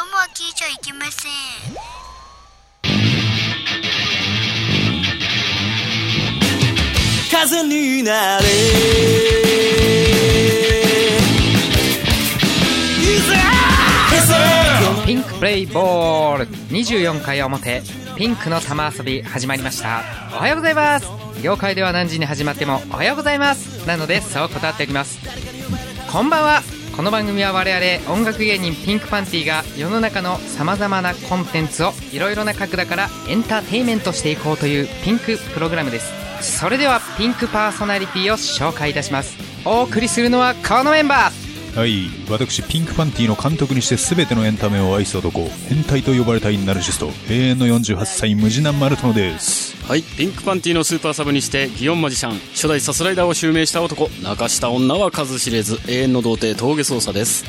ゃいけません風になれピンクプレイボール24回表ピンクの玉遊び始まりましたおはようございます業界では何時に始まってもおはようございますなのでそう断っておきますこんばんはこの番組は我々音楽芸人ピンクパンティが世の中のさまざまなコンテンツをいろいろな角度からエンターテインメントしていこうというピンクプログラムですそれではピンクパーソナリティを紹介いたしますお送りするのはこのメンバーはい私ピンクパンティの監督にして全てのエンタメを愛す男変態と呼ばれたいナルシスト永遠の48歳ムジナ・マルトノですはい、ピンクパンティのスーパーサブにして祇園マジシャン初代サスライダーを襲名した男泣かした女は数知れず永遠の童貞峠捜査です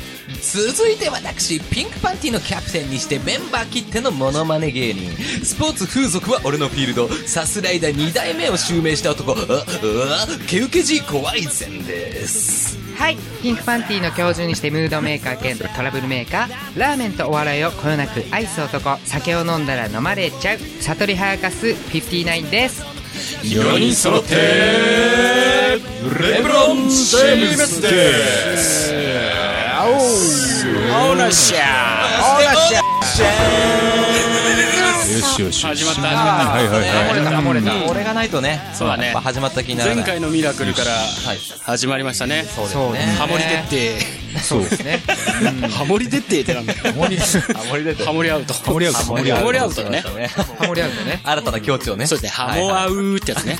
続いて私ピンクパンティのキャプテンにしてメンバー切ってのモノマネ芸人スポーツ風俗は俺のフィールドさすらいだ2代目を襲名した男ああケウケジ怖いぜんですはい、ピンクパンティの教授にしてムードメーカー兼トラブルメーカーラーメンとお笑いをこよなく愛す男酒を飲んだら飲まれちゃう悟りハーカス59です4人揃ってレブロン・ジェームズですオーナーシャーよしよしよし始まったはいはいあはい漏れた漏れたこれがないとねそうだねやっぱ始まった気にならな前い回のミラクルからはい始まりましたねそうですそうねですハモリね徹そうね底ハモリ徹底ってなんだよハモリハモリ出てハモリアウトハモリアウトハモリアウトだねハモリアウトね新たな境地をねそうですねハモはいアウーってやつね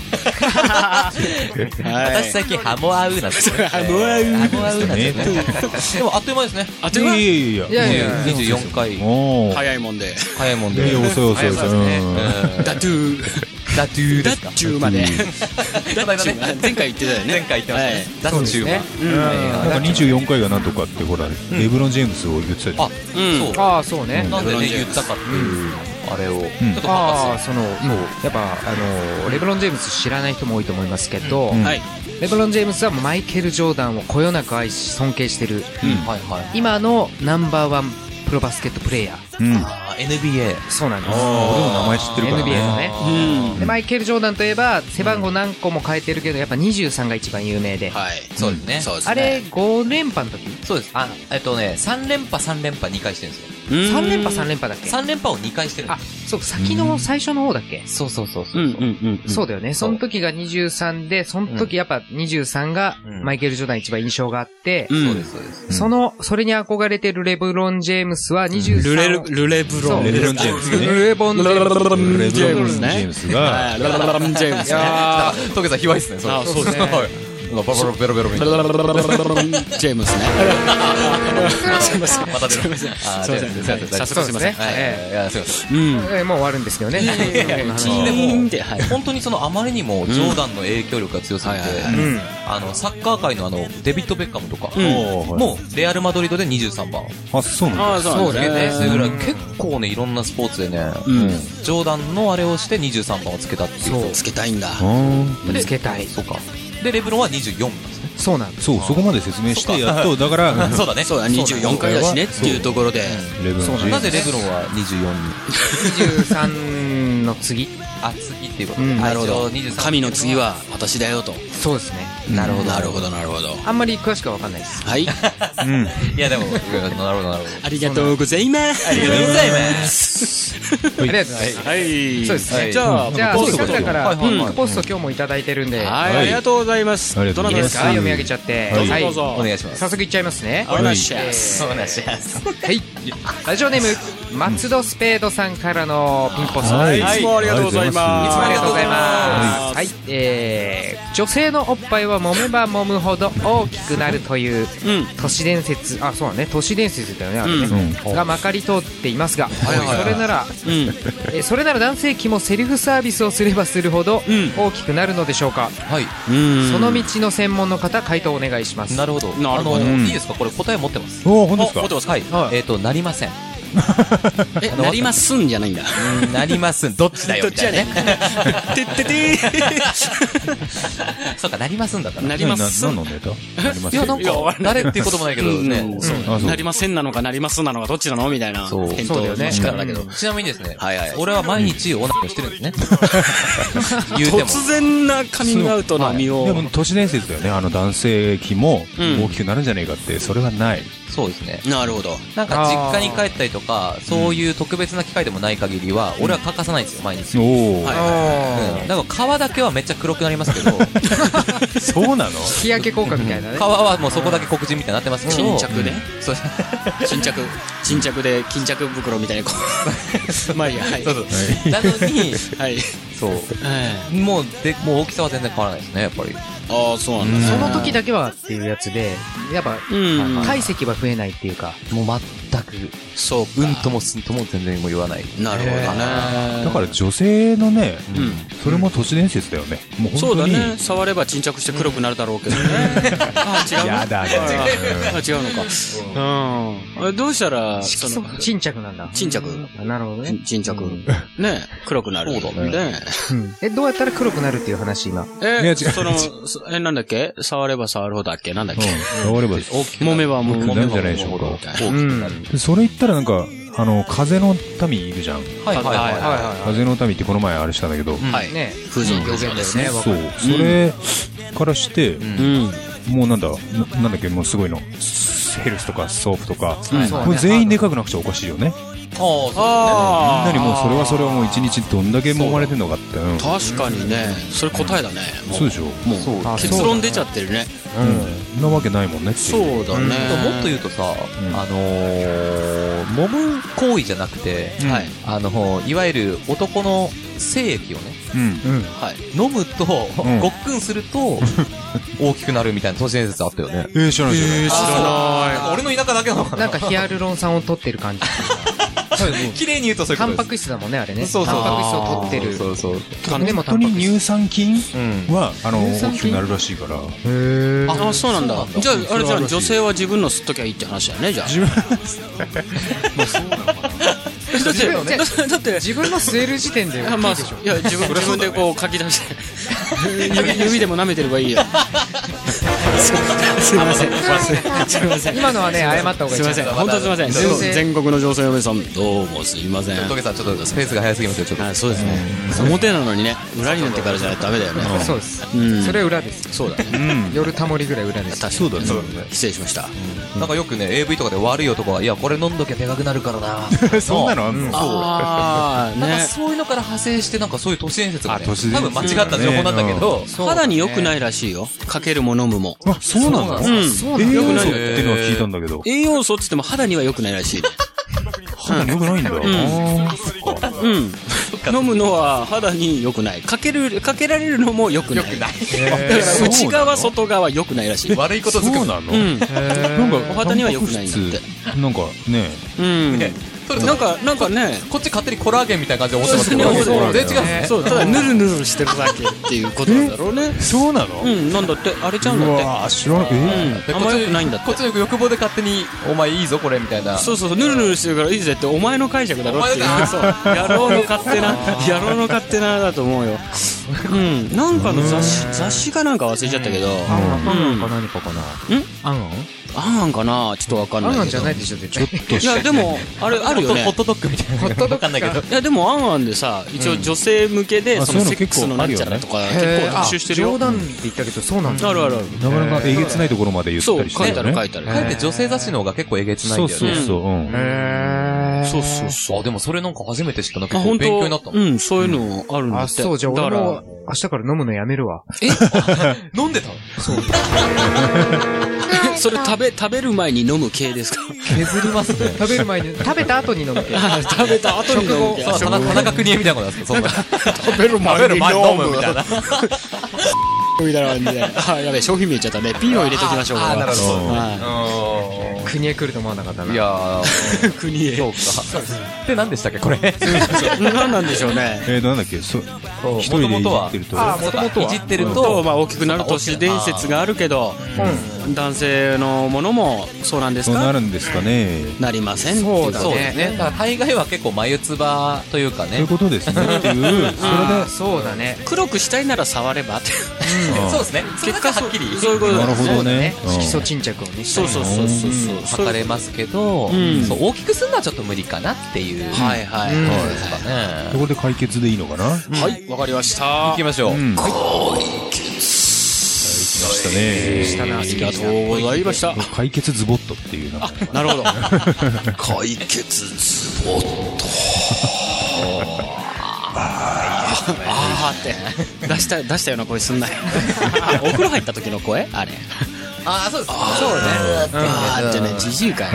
はい私最近ハモアウなんですよハモアウハモアウなんですよねねでもあっという間ですねあといやはいやいやいやいや24回もう早いもんで早いもんいやいでや遅い遅い遅いうんダトゥーダトゥーでダすかッチューまでダダッチューまで前回言ってたよね前回言ってましたねはダトゥーはなんか24回がなんとかってほらレブロン・ジェームズを言ってたじゃんあ、うんそうああそうね、なんでね言ったかっていうあれをちんょっと博ああその、やっぱあのレブロン・ジェームズ知らない人も多いと思いますけど、うんはいレブロン・ジェームズはマイケル・ジョーダンをこよなく愛し尊敬してる士はいはい今のナンバーワンプロバスケットプレーヤーうん俺あー NBA そうなんですも名前知ってるから NBA のねねうんでマイケル・ジョーダンといえば背番号何個も変えてるけどやっぱ23が一番有名で、はいそうですねそうですねあれ5連覇の時そうですあえっとね3連覇3連覇2回してるんですよ3連覇3連覇だっけ3連覇を2回してるんであそう先の最初の方だっけすそうそうそうそうんうんううんうんそうだよねその時が23でその時やっぱ23がうんマイケル・ジョーダン一番印象があって、うんそうですそうですそのそれに憧れてるレブロン・ジェームスは23をルレル、ルレブロン。そうレブロンジェームズねレ ブロンジェームズレブロンレジブェーロン・ムジズェーねム。ズがはいレブロンジェームズね。あートゲさん卑猥っすねそれあそうですねはいなんかバロバロベロベロベレロブロンジェームズね。すいません。また出るあーすいません出る出る出る早速すいませんそうですねはいえいやすいませんうん。えーもう終わるんですけどね チーンって、はい。本当にそのあまりにもジョーダンの影響力が強すぎてはいはいはうんあのサッカー界のあのデビッド・ベッカムとかうんもうレアル・マドリードで23番あそうなんだあ、そうだねそれぐらい結構ねいろんなスポーツでね、うんジョーダンのあれをして23番をつけたっていうそうつけたいんだ。あつけたいそうかでレブロンは24番ですねそうなんですーそうそこまで説明してやっとだからそうだねそうだ、24回だしねっていうところで。レブロン・ジェームズなぜレブロンは24に23の次あ次っていうことうで、んなるほどあ一応23。神の次は私だよと。そうですねなるほど。なるほど、なるほど。あんまり詳しくは分かんないですはい。 うんいやでもうんなるほどなるほどありが とうございます。ありがとうございありがとうございますはい。そうですねじゃあ、じゃあ、ポせスっかくトだかはら、いはいはいピンクポスト今日もいただいてるんで、いはい、ありがとうございます。ありがとうごいざでますか読み上げちゃって。はいはいどうぞ。お願いします早速いっちゃいますね。お願いします。そうなんしますはい。ラジオネーム、松戸スペードさんからのピンポスト。はいいつもありがとうございます。いつもありがとうございます。ははい、えー、女性のおっぱいは揉めば揉むほど大きくなるといううん都市伝説、あ、そうだね、都市伝説だよね、あれね、がまかり通っていますが、いはいはいそれなら、い。うん。えーそれなら男性器もセルフサービスをすればするほどうん大きくなるのでしょうか、はいその道の専門の方回答お願いしますなるほどなるほどあのうんいいですかこれ答え持ってますおお本当ですか持ってますかはい、はいえっ、となりません え、なりますんじゃないんだ。うんなりますんどっちだよどっみちたやいなねね。てってて そうかなりますんだったー。ななります。なん何のネタなりまいすやなんいやわかかんない誰っていうこともないけどねそうあそうなりませんなのかなりますなのかどっちなのみたいなそう返そうだ答よねの仕方だけど。ちなみにですねはいはい俺は毎日オナニーをしてるんですね 言うても突然なカミングアウトの身を。でも都市伝説だよねあの男性器もうん大きくなるんじゃねえかってそれはない、そうですねなるほど。なんか実家に帰ったりとかそういう特別な機会でもない限りは俺は欠かさないんですよ毎日おお、はいあうんだから皮だけはめっちゃ黒くなりますけどそうなのー日焼け効果みたいなね皮はもうそこだけ黒人みたいになってますけど巾着でそう巾着。巾着で巾着袋みたいなこう。まあいいや、はい。そうそうなのにはい。そうあもうでもう大きさは全然変わらないですねやっぱりあ、そうなんだそね。の時だけはっていうやつでやっぱうん。体積は増えないっていうかもう全くそうか。うんともすんとも全然もう言わないなるほどね。だから女性のね、うん。それも都市伝説だよね。もうそう本当だに。ね。触れば沈着して黒くなるだろうけどね。あ違うのやだねあ違うのか。うん。あれどうしたら、その、沈着なんだ沈着あなるほどね沈着うん。ね黒くなる。そうだね。うんえどうやったら黒くなるっていう話今いやえ、違うその、そえ、なんだっけ触れば触るほどだっけなんだっうん。け触れば、大きく揉めばもう、僕な揉めんじばゃないでしょうか揉めば揉めばみたいな大きくなるそれ言ったらなんか、あの、風の民いるじゃん。はいはいはいはいは風の民ってこの前あれしたんだけど、はういんね風俗表現だよねわかそうる。それからして、んうん。もうなんだ、ななんだっけ、もうすごいの。ヘルスとかソープとか、うんそうねもう全員でかくなくちゃおかしいよね。いみんあなにもうそれはそれはもう一日どんだけ揉まれてんのかって。うん確かにね、それ答えだね。もそうでしょ。もう、結論出ちゃってるね。うん。なわけないもんねっていう。そうだね。でももっと言うとさ、んあのー、揉む行為じゃなくて、と、はい。あのーいわゆる男の精液をね、うん。うんはい。飲むと、んごっくんすると、大きくなるみたいな都市伝説あったよね。えー、知らない知らない。あなんか俺の田舎だけなのかななんかヒアルロン酸を取ってる感じ綺麗に言うとそういうタことです。ンパク質だもんねあれねそうそうタンパク質を取ってるそうそう。でもタ本ン当パにク質乳酸菌うん。は、あの、乳酸大菌きくなるらしいから。ーあ、そうなんだ。じゃあ、あれじゃあ、女性は自分の吸っときゃいいって話だよね、じゃあ。自分だって、 だってだって、自分の吸える時点であまあ、いや、自分、自分でこう書き出して、指指でも舐めてればい いよ。すいません。すいません。今のはね謝った方がいすいいません。本当すいません。女性全国の女性嫁さん、どうもすいません。トゲさん、ちょっとスペースが早すぎますよ、ちょっと。あそうですね。表なのにね、裏になってからじゃないとダメだよね。そうです、うんそれ裏ですそうだね。夜タモリぐらい裏ですそうだね。失礼しました。なんかよくね、AV とかで悪い男は、いや、これ飲んどきゃでかくなるからな そんなのあんのああ、なんかね。そういうのから派生して、なんかそういう都市伝説がね、あ都市伝多説分間違った情報なんだけど、肌に良くないらしいよ。かけるも飲むも。あ、そうなのう栄ん。養素ってのは聞いたんだけど。栄養素っつっても肌には良くないらしい。肌に良くないんだ。あーそっかうん。飲むのは肌に良くない。かける、かけられるのも良くない。だから内側、外側良くないらしい。悪いことずくめそうなのうん。なんか、お肌には良くないんだっタてンパク質。なんかね、うん。なんか、なんかね、こっち勝手にコラーゲンみたいな感じで思ってますけそうど、全ですね然違うんですね。そう、ただヌルヌルしてるだけっていうことなんだろうね。そうなのうん、なんだって、荒れちゃうんうだって。わー、知らない。えうん、あんま良くないんだっこてっ。ちの欲望で勝手に、お前いいぞこれみたいな。そうそうそう、ヌルヌルしてるからいいぜって、お前の解釈だろっていうお前。のそう、野郎の勝手な、野郎の勝手なだと思うよ。うん、なんかの雑誌、雑誌かなんか忘れちゃったけど、アンアンうかん何かかなアンアあんあんかなちょっとわかんンアンなアンいけじゃど。ないでしょ絶対いや、でも、あれ、あるよねホッ。トドッグみたいな。ホットドッグかわかんないけど。いや、でも、アンアンでさ、一応女性向けで、あそのそうセいうのックスのなんちゃらとか、結構特集してるあ冗よ。談って言ったけどそうなんだあるあるある。なかなかえげつないところまで言っそたう、りし書ているてあよるね。書いてある。かえって女性雑誌の方が結構えげつないそんうだよそうね。そう。うん。へえそうそうそう。あ、でもそれなんか初めて知ったのあ、結構本勉強になっ当たうの。ん、そういうのあるんだあって。そうじゃあだ俺からも明日から飲むのやめるわえ 飲んでたのそれ食べ、食べる前に飲む系ですか削りますね。食べる前に食べた後に飲むけど食べた後に飲む系。そう、田中田中邦衛みたいなことなんですかそんな。食べる食べる前に飲むみたいな。みたいな感じで。 あ、やべえ、商品名言っちゃったね。ピンを入れときましょう。あーなるほどど。国へ来ると思わなかったないやー、国へ。そうか。で、何でしたっけ、これ。 何なんでしょうね。えーと、なんだっけ、そ一人でいじってると。あ、もともといじってると、まあ大きくなる都市伝説があるけど、男性のものもそうなんですそうなかるんですかね。なりませんそうだねそうですね。だから大概は結構眉唾というかそういねう。ことですね。っていう、それあーそうだね黒くしたいなら触ればってで、そうですね。結果はっきりそういうことなるほどね。うん色素沈着をねそうそうそうそうそう測れますけど、んそう大きくするのはちょっと無理かなっていう。はいはいうんそうですかね。そこで解決でいいのかな。うんはいわかりました行きましょう。できましたね。したなありがとうございました解決ズボットっていうなんかねなるほど 解決ズボッとあーって出した出したような声すんなよあ お風呂入った時の声あれああ、そうです。そうね。あーってねじじいか よ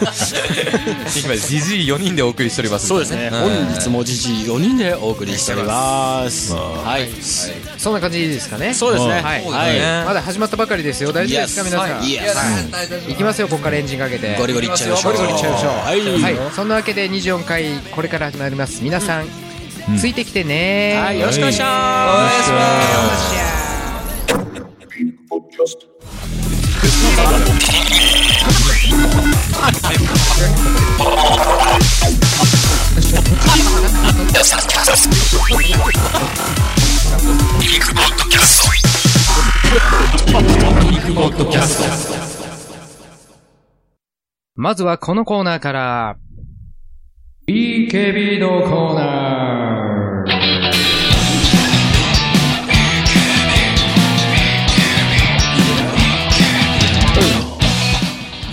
今、じじい4人でお送りしております。そうですねん本日もじじい4人でお送りしておりますはいそんな感じですかねそうですねはいはいまだ始まったばかりですよ大丈夫ですか Yes 皆さんはいい Yes きますよここからエンジンかけてゴリゴリいっちゃいましょうゴリゴリいっちゃいましょうははいいそんなわけで24回これから始まります皆さんついてきてねはいよろしくお願いしますまずはこのコーナーから。BKB のコーナー。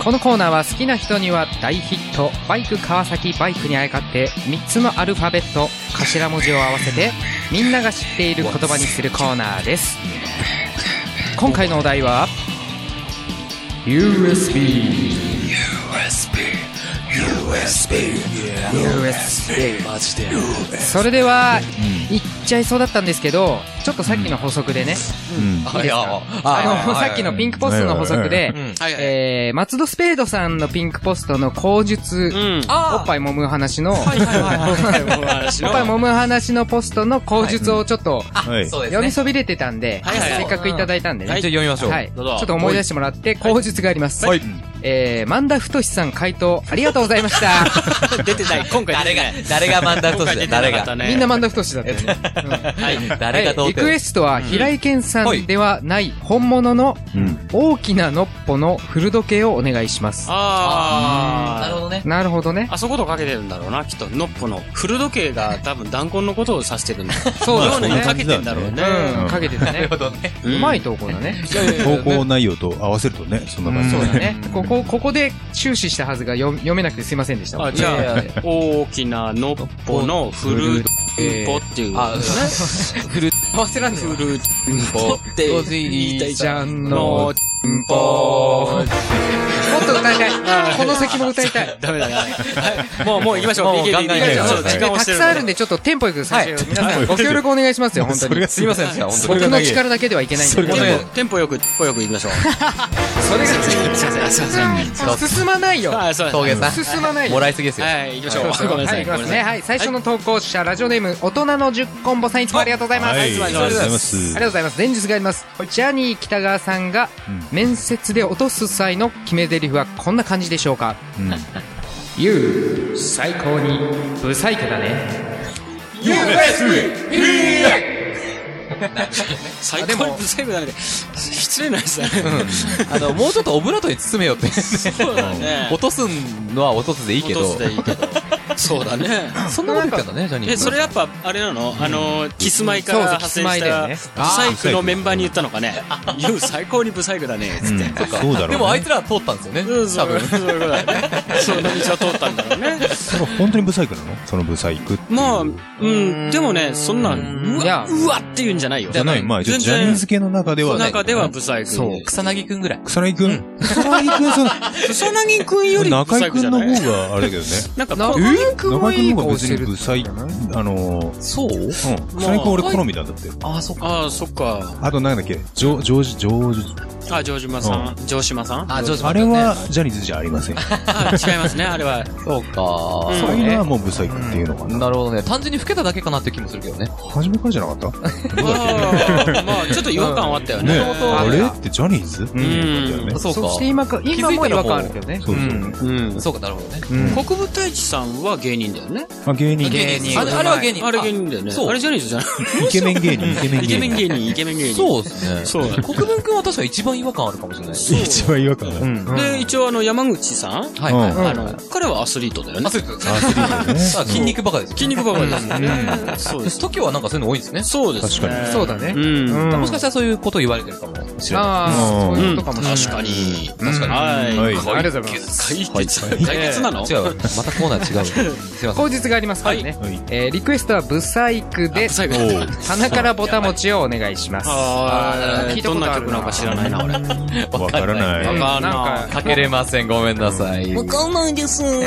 このコーナーは好きな人には大ヒット、バイク川崎バイクにあやかって3つのアルファベット、頭文字を合わせてみんなが知っている言葉にするコーナーです。今回のお題は USB。マジで。それでは、言っちゃいそうだったんですけど、ちょっとさっきの補足でね、あいやあの、はいさっきのピンクポストの補足うで、んはいはいえー、松戸スペードさんのピンクポストの口述、うんおっぱい揉む話の、おっぱいおっぱい揉もむ話のポストの口述をちょっと、はい。そうです読みね。そびれてたんで、はいはいはいせっかくいただいたんでね。はいじゃあ読みましょう。はい。ちどうょぞっと思い出してもらって、口述があります。はい。えー、万田太さん回答、ありがとうございました。出てない今回誰出てがない、誰がマンダート スだ誰が。みみんな万田太だったよね。誰がどはういリクエストは平井堅さんではない本物のうん大きなノッポの古時計をお願いします。ああなるほどね。なるほどね。あそことかけてるんだろうな、きっと。ノッポの。古時計が多分弾痕のことを指して るんだ。そうだよねにかけてんだろうね。うん、かけてたなるねほ。どね。うまい投稿だね。投稿内容と合わせるとね、そんな感じそうだだね。ね。ここ、ここで終始したはずが読読めなくてすいませんでした。あ、じゃあ、大きなノッポの古時ポって いう。あ、合わせらんね古時ポってご言いたいじじゃん。ゃんの、もっ、のと歌いたい。この席も歌い たい。ダメだね。もう、もう行きましょう。もう BKB ガンガン行きましょ行きましょうう時間た押くしてるさんあるんで、ちょっとテンポよく最初、皆さんご協力お願いしますよ、本当それにが。すいませんでした、本当僕に。の力だけではいけないんで。テンポテンポよく、テンポよく行きましょ う。それがすいません、すいませ進まないよん。はい、そう です。峠さん。進まないよもらいすぎですよ。はい、行きましそうそょうう。ごめんなさはいい。行ごきますめんなさねい。はい最初の投稿者ラジオネーム大人の10コンボさんいつもありがとうございますはあい。ありりががととうございます。うございます前日がありますジャニー喜多川さんが面接で落とす際の決め台詞はこんな感じでしょうか YOU 最高にブサイクだね最高にブサイクだね。失礼なやつだね。 あの、もうちょっとオブラートに包めよって。そうだね。落とすのは落とすでいいけど。落とすでいいけど。そうだね。 そんなこと言ったのね、ジャニー君。え、それやっぱ、あれなのあの、キスマイからそう派生しキスマイだよた、ねブサイクのメンバーに言ったのかね。言う、最高にブサイクだね、つって。うんそうだろうね。でもあいつらは通ったんですよね。うん、そ多う、分。そういうことだね。その道を通ったんだろうね。それ本当にブサイクなのそのブサイクって。まあ、うん、でもね、そんな、ういやわ、うわって言うんじゃないよ。じゃない、まあ、ジャ全ジャニーズ然、系の中ではない。中ではブサイク。そう草薙くんぐらい。草薙くん草薙くん、その、草薙くんよりブ中サイ居クくじんゃのない方があれだけどね。なんか、中居君も中い居いくんの方顔がし別てにるブサイク、あのー、そううん。草薙くん俺好みなんだって。ああ、そっか。ああ、そっか。あとなんだっけジョ、ジョージ、ジョージ、あ、城島さん、城島さんあ、ジョージあれはジャニーズじゃありません。あ違いますね、あれは。そうか、うんそういうのはもうブサイクっていうのかな。なるほどね。単純に老けただけかなって気もするけどね。初めからじゃなかったあーまあ、ちょっと違和感はあったよね。ね元々ああれれだってジャニーズっていう感じだよね。そうかそして今か、今も違和感あるけどね。そうそううんうん。そうか、なるほどね。うん国分太一さんは芸人だよね。まあ芸人、芸人あれあれは芸人。あれ芸人だよね。そうあれジャニーズじゃない。イケメン芸人、イケメンイケメ芸ン芸人、イケメン芸人。そうですね。そう国分君は確か一番違和感あるかもしれない。人。一番違和感ある。うんうんで、一応あの、山口さん、はいはいはい。あの、彼はアスリートだよねア。スリートですアスリートねあ筋肉バカです。筋肉バカですよね。そうです。時はなんかそういうの多いんですね。そうですね。確かそうだね。うん。うんもしかしたらそういうことを言われてるかもしれない。ああ、うんそういうことかもしれない。確かに。確かに。は。はいいありがとうございます。解決、解決なの違うわ。またコーナ ー違うわ。すいません。口実がありますからね。はい。えーリクエストはブサイクで、最後。おう鼻からぼたもちをお願いします。あ聞いー、たこどんとなある曲なのか知らないな、 俺。わからなうんい。わかんないなんか、かけれません。ごめんなさい。わかんないです。わかん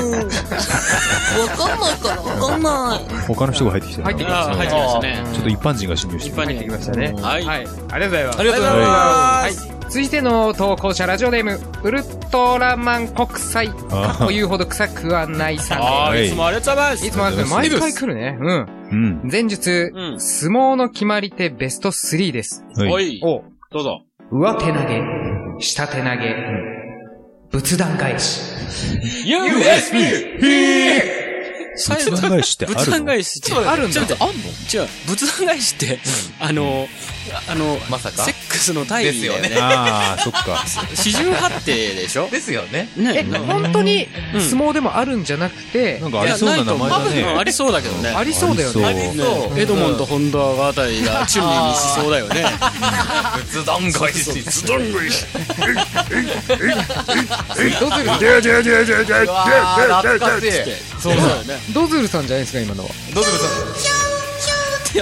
ないからわかんない。他の人が入ってきてるな。入ってきあー、入ってきましたね。ちょっと一般人が侵入してる一般入ってきましたね。はいありがとうございます。ありがとうございまはい。続いての投稿者ラジオネーム、ウルトラマン国際、かっこ言うほど臭くはないさんで。あはー、いいつもありがとうございますすいつもあって毎回来るね。うん。うん。前述、うん相撲の決まり手ベスト3です。おはい。い、おどうぞ。上手投げ、下手投げ、仏壇返し。 USB! 最仏壇返しってあるの仏壇返しってあるんだちょっと待って、あんの違う、仏壇返しって、あの、ああの、まさかセックスの大義だよですね。ああ、そっか。 四十八手でしょですよね。え、ね。本当にうん相撲でもあるんじゃなくてな、んかありそうな名前だいやないと思ううんあね。りそうだけどね。ありそうだよね。ありそうねエドモンとホンダあたりがチュンリーにしそうだよね。ズドン返し。ズドン うわー懐ドズル、かしい。そうだよね。ドズルさんじゃないですか、今のは。どうぞどうぞ。お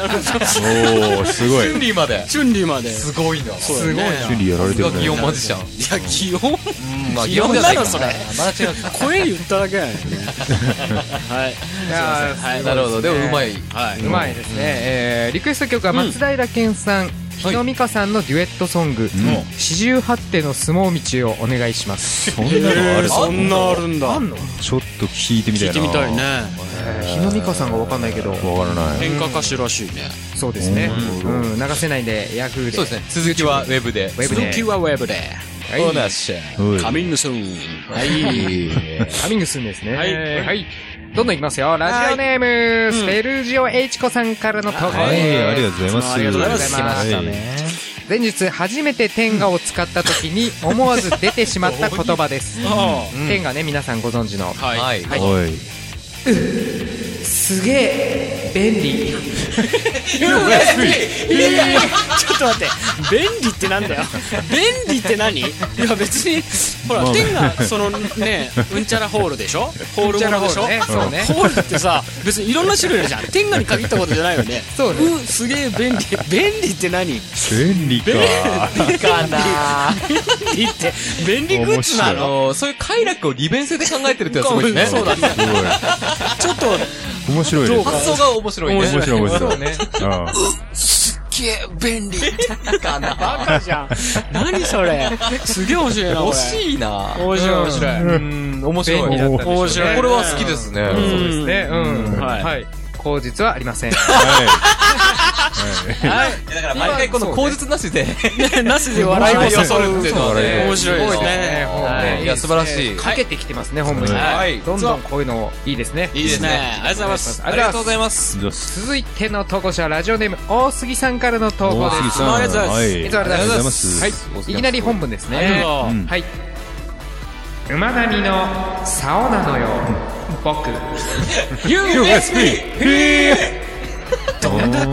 おすごい。チュンリーまで。チュンリーまで。すごいな。すすごいな。キュリーやられてがる祇園ね。マジシャン。いや、気温うん、まあ祇園だよそれまだ違うか。声言っただけだよね。はい。いやはいー。なるほど。でもうまい。はいうまいですね。えーリクエスト曲は松平健さん、日野美香さんのデュエットソング、四十八手の相撲道をお願いします。そんなのあえーるそんなあるんだ。ちょっと聞いてみたい聞いな。てみたいね。日野美香さんがわかんないけど、わからない。演歌歌手らしいね。そうですね。ううん、流せないんで、ヤフーで。そうですね。続きはウェブで。ウェブで。続きはウェブで。はオーいナーシェおいカミングスーン。はい。カミングするんですね。はいはい。どんどんいきますよ。ラジオネーム、スペルジオエイチコさんからの投稿です。はい、ありがとうございます。ありがとうございます前日、初めて天下を使った時に思わず出てしまった言葉です。あ天下ね、皆さんご存知の。あ。はい。はい。はい。はい。すげえ、便利。ちょっと待って、便利ってなんだよ。便利って何いや別に、ほら、天が、そのね、うんちゃらホールでしょホールものでしょうんちゃらホールねそうねホールってさ、別にいろんな種類あるじゃん。天下に限ったことじゃないよね。そうねんすげえ便利。便利って何便便利か。かな利って、便利グッズなあののー、そういう快楽を利便性で考えてるってのはすごいですね。そうだね。ちょっと、 面白いね。発想が面白いね。面面白い、面白い。そうね。あ便利。かなバカじゃん。何それ。すげえ面白いな、こ惜れ。しいな面白い、面白い。うん、面白い。便利だったんでしょうね面白いこれは好きですうんね。そうですね。うん。はいはい。口実はありません。あはだから毎回この口 実なしで、なしで笑いを誘うっていうのはねね、面白いですね。ははいいや素晴らしいかけてきてますね、本部に。はいどんどんこういうのいいですね。いいですね。ありがとうございます。あありりががととううごござざいいま。ますす。い。す。続いての投稿者、ラジオネーム、大杉さんからの投稿大です。杉さん。ありがとうございますあはい。りがとうございますははいい。いきなり本文ですありねが。とううんはい。馬並みの竿なのよ、僕。 USB! どんだ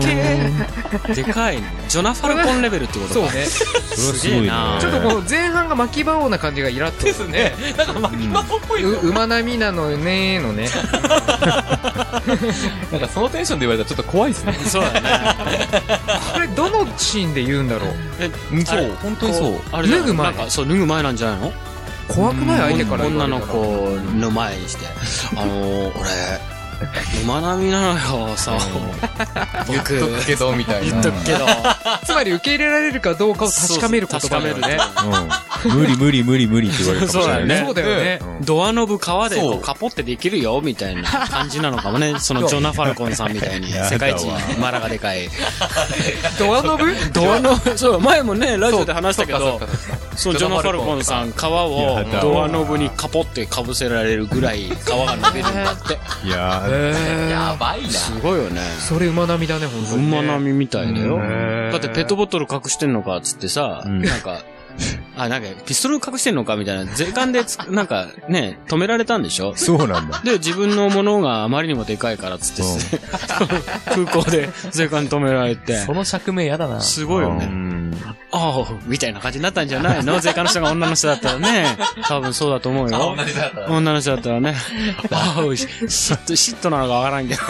けでかいねジョナファルコンレベルってことそうか ね。ちそれはすごいね。すょっとこう前半が巻き場王な感じがイラッと。ですね。なんか巻き魔法っぽい。う馬並みなのねーのね。なんかそのテンションで言われたらちょっと怖いですね。そうだねこれどのシーンで言うんだろう。うんそう本当にそうあれ脱脱ぐぐ前前なんかそう脱ぐ前なんじゃないの怖くない相手から言わ女れたらの子の前にしてあのー俺馬並みなのよさ言っとくけどみたい言なっとくけどつまり受け入れられるかどうかを確かめる言葉だよね。うん無理無理無理無理って言われるかもしれないね。そうだよね。ドアノブ革でこそううカポってできるよみたいな感じなのかもねそのジョナ・ファルコンさんみたいにやだわ世界一マラがでか いドアノブドアノブ そう前もねラジオで話したけどそのジョナ・ファルコンさん皮をやだわドアノブにカポってかぶせられるぐらい皮が伸びるんだっていやーやばいなすごいよねそれ馬並みだね、本当にね。馬並みみたいだよへーだってペットボトル隠してんのかっつってさなんかあ、なんか、ピストル隠してんのかみたいな、税関でつ、なんか、ね、止められたんでしょそうなんだ。で、自分のものがあまりにもでかいからっつって、 空港で税関止められて。この釈明やだなすごいようね。んああ、みたいな感じになったんじゃ ないの税関の人が女の人だったらね。多分そうだと思うよ。じだった女の人だった らね。ああ、し嫉妬、嫉妬なのかわからんけど。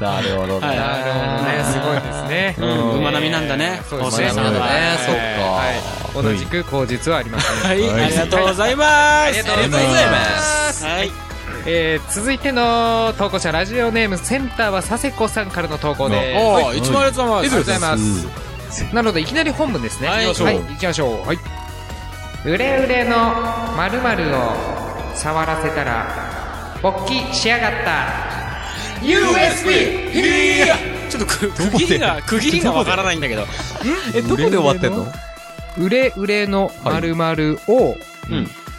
なるほどはねいなるほどね、すごいですね。うん馬並みなんだねそうですお寿ね。司屋さんはねそっかはい。同じく口実はありません。はい、ありがとうございます。ありがとうございますす。はい。えー続いての投稿者、ラジオネームセンターは佐世子さんからの投稿です。おー、いつもありがとうござあいりがとうごまざいます。なので、いきなり本文ですね。はい行きましょうはい、行きましょう。はい。うれうれのまるまるを触らせたら、勃起しやがった。USB! す。ちょっとく区切りが、区切りがわからないんだけど。えどこで終わってんのうれうれのまるまるを、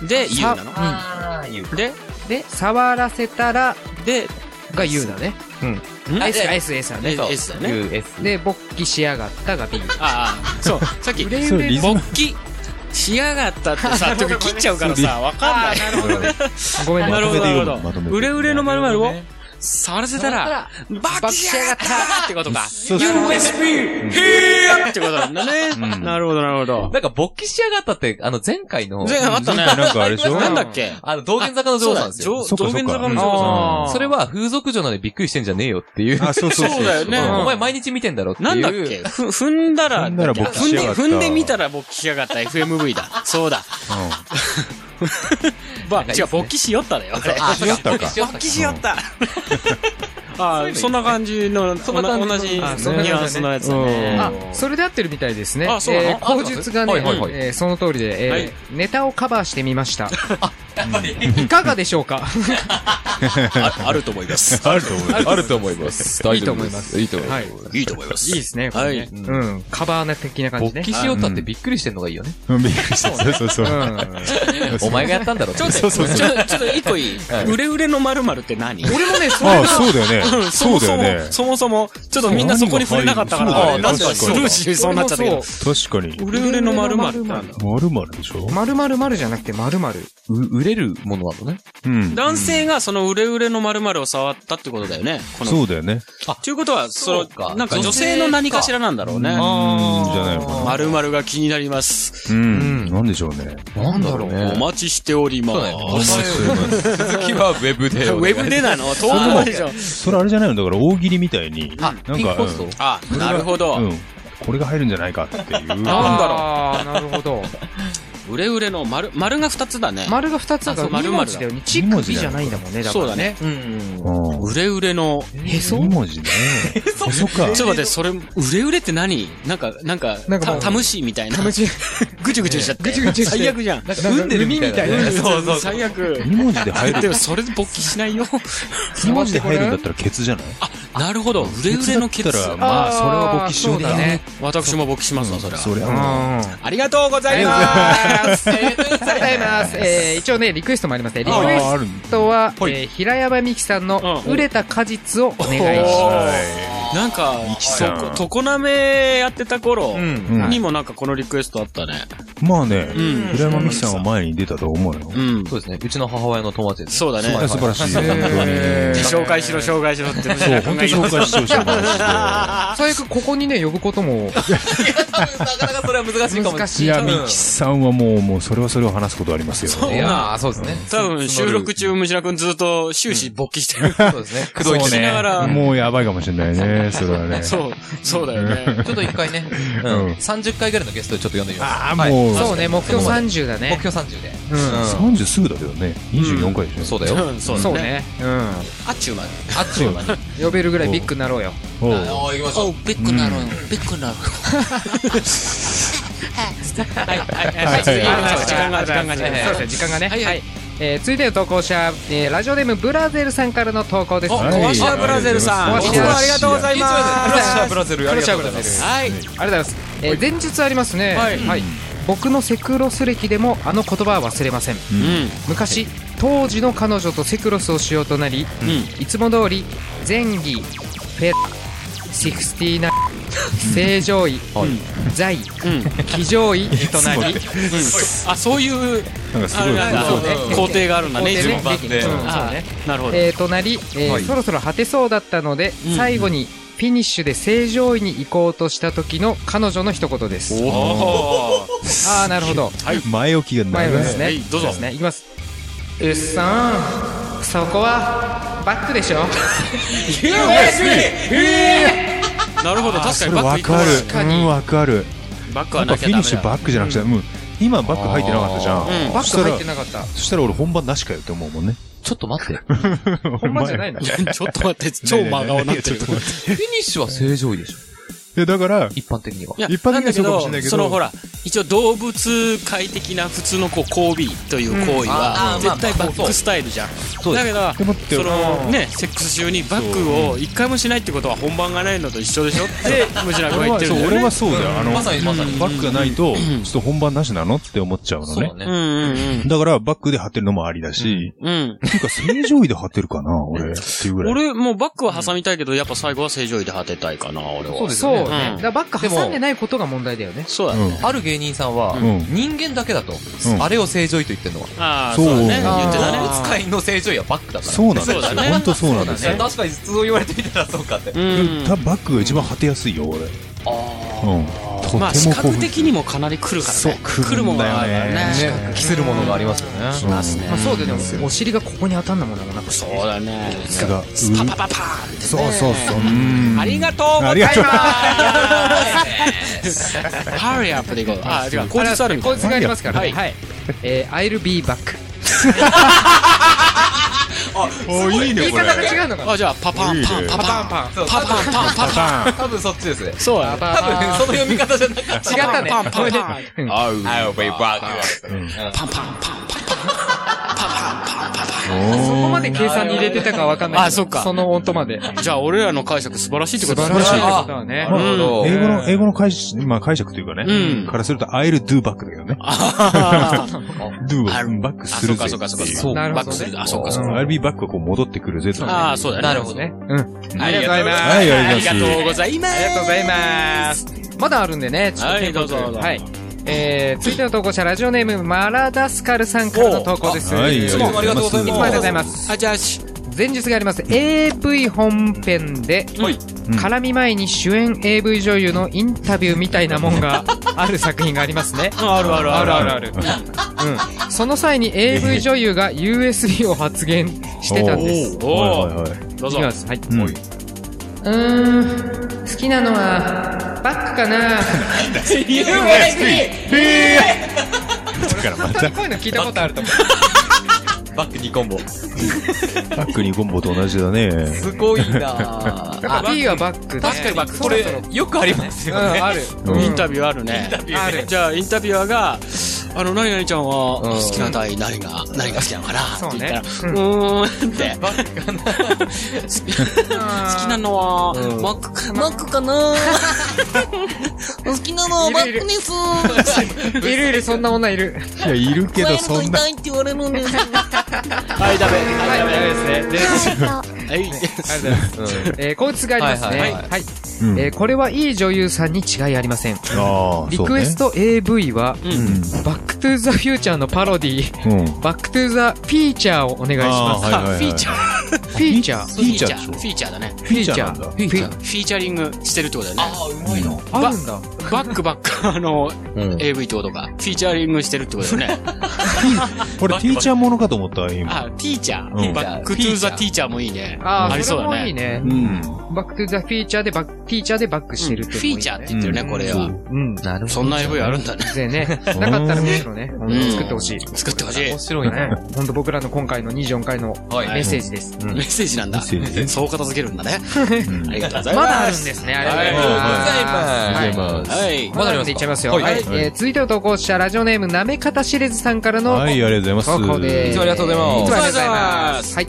で、言さうなの言うで、で、触らせたら、で、が U だね。ん S が S、S だね。え S だね。 US で、勃起しやがったが B。ああ、そう、さっき、れうれの勃起しやがったって さ、時切っちゃうからさ、わかんない。ごめんねなるほど、なるまほとめて読むまとめど。て売れ売れの〇〇を触らせたら、バッキしやがったってことか。そうそう USB! へーってことなんだね。なるほど、なるほど。なんか勃起しやがったって、あの前回の、前回あったね。なんかあれでしょなんだっけあの道玄坂の女王さんですよ。そうだ上上限坂の女王それは風俗嬢なんでびっくりしてんじゃねえよっていう。あ、そうそうそうだよねうんうんお前毎日見てんだろっていさん。なう。んだっけふ踏んだら、踏んだら勃起しやがった踏んで踏んでみたら勃起しやがった FMV だ。そうだ。 ば、違う、勃起しよっただよ、あれ。あ、やったか勃起しよった勃起しよった。あー そんな感じの、そんな感じの同じニあそんな感じだねュアンスのやつだね。あ、それで合ってるみたいですね。あそうなのえー口述がね、はいはいはいえーその通りで、えーはいネタをカバーしてみました。いかがでしょうかああると思います。あると思う。あると思います。いいと思います大丈夫でいいと思いまはい。す。いいいと思いますいですね、これね。うん。カバーな的な感じ勃ね。起しよったってびっくりしてんのがいいよね。うんびっくりした。そうそうそうう。ん。お前がやったんだろって。ちょっと、ちょっと一個いいはい。売れ売れの〇〇って何俺もね、それあが、そうだよね。そそうもだそよもね、。そもそも、ちょっとみんなそこに触れなかったかそうだら、ねあなんかスルーしそうになっちゃったけど、確かに。売れ売れの〇〇ってなんだまるまるでしょまるまるまるじゃなくて、まるまる。う売れるものなのね。うん。男性がその売れ売れの〇〇を触ったってことだよね。このそうだよね。ということは、そうそかの、なんか女性の何かしらなんだろうね。うん、じゃないのかな。 〇〇が気になります。うん。なんでしょうね。なんだろうお待ちしておりまそうだよねお続す。きはウェブで。ウェブでなの投稿でしょ。それあれじゃないのだから大喜利みたいに。なあん、か、ピンクポスうトんあ、なるほど。うん。これが入るんじゃないかっていう。なんだろうあーなるほど。売れ売れの丸、丸が2つだね。丸が2つだあそうから、2丸々文だ字だよね。チックビじゃないんだもんね、だかそうら。だね。うん。売れ売れの。へそ二文字ね。へそか。ちょっと待って、それ、売れ売れって何なんか、なんか、なんかもたうタムシーみたいな。むしぐちゅぐちゅしちゃって。ぐちゅぐちゅして最悪じゃん。産んでるみたいなね。そうそう。最悪。二文字で入でる。も、それで勃起しないよ。二文字で入るんだったらケツじゃないなるほど。売れ売れのケツだ。ったら、まあ、それは勃起しようだね。。私も勃起しますわ、それは。そりゃうもん。ありがとうごありがとうございます。ありがとうございざいます。ます。えー一応ね、リクエストもありますね。リクう。エあある。ストは、えー平山美樹さんの、うん売れた果実をお願いしまなんか、そさんこ、常滑やってた頃す。うん。うんにもなんかこのリクエストあったね。まあね、ん平山美樹さんは前に出たと思うよ。うん。そうですね。うちの母親の友達です。そうだいねや。素晴らしい。本当にへー紹介しろ、紹介しろって。そう、本当に紹介してほしい話最悪ここにね、呼ぶこともなかなかそれは難しいかも難で。しいい。や、美樹さんはもう、もう、それはそれを話すことありますよ。そういやーそうですね。多分、収録中、むしらくんずっと終始勃起してる。そうですね。くどいそうてねね。ながらもうやばいかもしれないね。ね、それはね。そう、そうだよね。ちょっと一回ね、ううんん、30回ぐらいのゲストでちょっと読んでみます。ああ、もう、そうね、目標30だ目ね。標30で。 30すぐだけどね。24回ですね。そうだよ。うん、そうそうだね。ね。うん。あっちゅうまで。あっちゅう間に。呼べるぐらいビッグになろうよ。おうああ、行きましょおう。う、ビッグなるよ。ビッグなるよ。はい、はい、はい、次行きましょう時間が、時間が、時そう間が。ですね、時間がね。はいはいえー続いての投稿者、えーラジオネームブラゼルさんからの投稿です。はいコアシアブラゼルさん、コアいシアつもありがとうございいつもやまでクロスシャす。ーブラゼル、ありがとうございます。はい、ありがとうございます。えー前述ありますね。はい僕のセクロス歴でもあの言葉は忘れません。うん、昔当時の彼女とセクロスをしようとなり、いつも通り前儀フェシクスティーナ正常位在騎乗 位となりあ、そういう、なんかすあごれい。なんだそうね、工程があるんだね、工程ね順番で。うんあそうねなるほど。えーとなり、えーそろそろ果てそうだったので、最後にフィニッシュで正常位に行こうとした時の彼女の一言ですおーああなるほど前置きが前長い。ですね、はいどうぞですねいきますうっさんそこはバックで しょ USB! えーなるほど、確かそにれバックわ行ってかまする。うん、わかる。バックなはんかなフきィニゃッダメシュだ。バックじゃなくて、うん、今バック入ってなかったじゃん。うんバック入ってそしたらなかったそしたら俺本番なしかよって思うもんね。ちょっと待って。フ 本番じゃないのちょっと待って、超真顔になってる。ィニッシュは正常位でしょ。え、だから、一般的には。いや一般的にはそうかもしれんないけどそのほら、一応動物界的な普通のこう交尾という行為うんあーまは、あ絶対バックスタイルじゃん。そうでだすけど、でもってそのね、セックス中にバックを一回もしないってことは本番がないのと一緒でしょって、むしろ俺言っはてるそんだうよ俺ね。はそうだよ。あの、まさにまさにバックがないと、ちょっと本番なしなのって思っちゃうのそうねだ。うんね。うんだから、バックで張ってるのもありだし、うん。ていうか、正常位で張ってるかな、俺。っていうぐらい。俺、もうバックは挟みたいけど、やっぱ最後は正常位で果てたいかな、俺は。そうね。うんだからバック挟んでないことが問題だよね。そうだうね。ん。ある芸人さんは、ん人間だけだと、んあれを正常位と言ってるのは。ああ、そそううだね。あー言ってた動ね。物界の正常位はバックだから。そうなんそうだだねよ。本当そうなんですいやよ。確かにそう言われてみたらそうかって。うん多分バックが一番果てやすいよ、俺。うん。とてもまあ、視興覚奮的にもかなり来るからそうね。、来るんだよね。ね、着せるものがありますよね。来ますねまあ、そうだよね。お尻がここに当たんなもんだもんな。そうだね。さすが。パうパパパーンって。そうそうそう。うんありがとうござあいりまがとう。す。ハリアップでいこう。あ、違う。口実あるんこいつがありますからはね。いはい。えー、I'll be back。おいいね、言いこれ方。が違うのかなあ、じゃあ、パパンパン、パパンパン、そうパパンパン、パパン。多分そっちですね。そうや。多分その読み方じゃなかった。違ったね。パンパンパンパンうん I'll be back. パンパンパンパンパン。パパンパンパンそこまで計算に入れてたかわかんないけど。あそっかその音まで。パン。じゃあ、俺らの解釈素晴らしいってことだね素晴らしいあことだねなるほど。英語の、英語の解釈、まあ解釈というかね、からすると、I'll do back だけどね。do はバックするぜ あ、そうか、そうか、そそううなか。るほどバックねする。あ、そうか、そうか。 I'll be back はこう戻ってくるぜと。ああ、そうだね。なるほどね。ね。うん。ありがとうございます。はあい、あありりががとうございとまうす。ございます。りがとうございます。まだあるんでね、ちょっとテンポよくはいどうぞどうぞはい。えー、続いての投稿者、ラジオネーム、マラダスカルさんからの投稿です。はい、いつもありがとうございいつまもありがとうございまます。あ、じゃあ、し前日があります AV 本編で、絡み前に主演 AV 女優のインタビューみたいなもんがある作品がありますね。あるあるああるるあある。るある。うん。その際に AV 女優が USB を発言してたんです。おおはいはいはい。どういぞき。ます。はい。んうーん、好きなのは、バックかなだからま本当たに、こういうの聞いたことあると思バック2コンボ。すバックにコンボと同じだね。ごいなう。やっぱ B はバックで。確かにバックそろそろぁ。よくありますうん、よね。ある。うんインタビューあるね。ある。じゃあ、インタビュアーが、あの、何々ちゃんは、ん好きな体、何が、何が好きなのかなそうって言っねたら、うーんって。バックかな好きなのは、んマックかなマックかなお好きなのはマックです。いるいる、そんな女いる。いや、いるけど、加えるとそんな痛。いって言われるんです。はい、ダメ。は、はいい、ダダメメですね。ではあい。りがとうございます。えー、こいつがありますね。ははいい。はいうんえーこれはいい女優さんに違いありません。ああ、リそうクねエス。ト AV は、うん。バックトゥザフューチャーのパロディ、うん。バックトゥザフィーチャーをお願いしあまあはいはいはいフィーチャー。フィーチャーフィーチャーでしフょィーチャーだね。フィーチャーなんだフィーチャーフィーチャリングしてるってことだよね。ああ、うまいな。あるんだバックばっ か、あの、うん。 AV ってことか。フィーチャリングしてるってことだよね。これティーチャーものかと思った今あ、ティーチャうー。んバックトゥーザティーチャーもいいね。ああありそそうれもだいいねね。うんバックトゥザフィーチャーでバックフィーチャーでバックしてるってフィーチャーって言ってるね、これは。うんなるほど。そんな AV あるんだね。でね、なかったらむしろね、本当作ってほしい。作ってほしい。面白いね。本当僕らの今回の24回のはメッセージです。メッセージなんだ。メッセージねそう片付けるんだね。うんありがとうございまます。だあるんですね、ありがとうございます。ありがとはいうございます。はい。まだあるんでいっちゃいますよ。はいはいえー続いての投稿者、ラジオネーム、なめかたしれずさんからのはい、ありがとうござい投ま稿す。です。いつもありがとうございますつもありがとうございます。はい。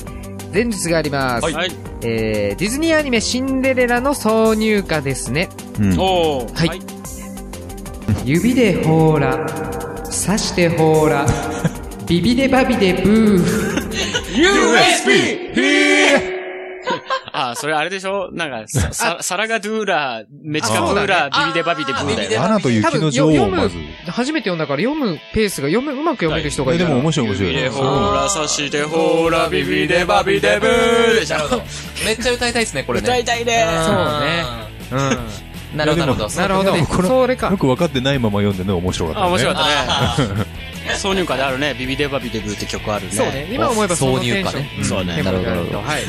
前日があります。はい。えー、ディズニーアニメシンデレラの挿入歌ですね。うんおー。はい指でほーら、刺してほーら、ビビでバビでブー。 USB! あ、それあれでしょなんか、ささサラガドゥーラー、メチカブーラー、ビビデバビデブーだよね。アナと雪の女王をまず。初めて読んだから読むペースが読む、うまく読める人がえいる。でも面白い面白い。ビビデホーラ刺してホーラビビデバビデブーでしょめっちゃ歌いたいですね、これね。歌いたいね。そうね。うん。うん。なるほど、なるほど。なるほどでも。これそれかよ。く分かってないまま読んでね、面白かった、ね。あ、面白かっったね。挿入歌であるね、ビビデバビデブーって曲あるね。そうね。今思えばそのテンション挿入歌ねんそうねテンポがなるほどなるほどはい。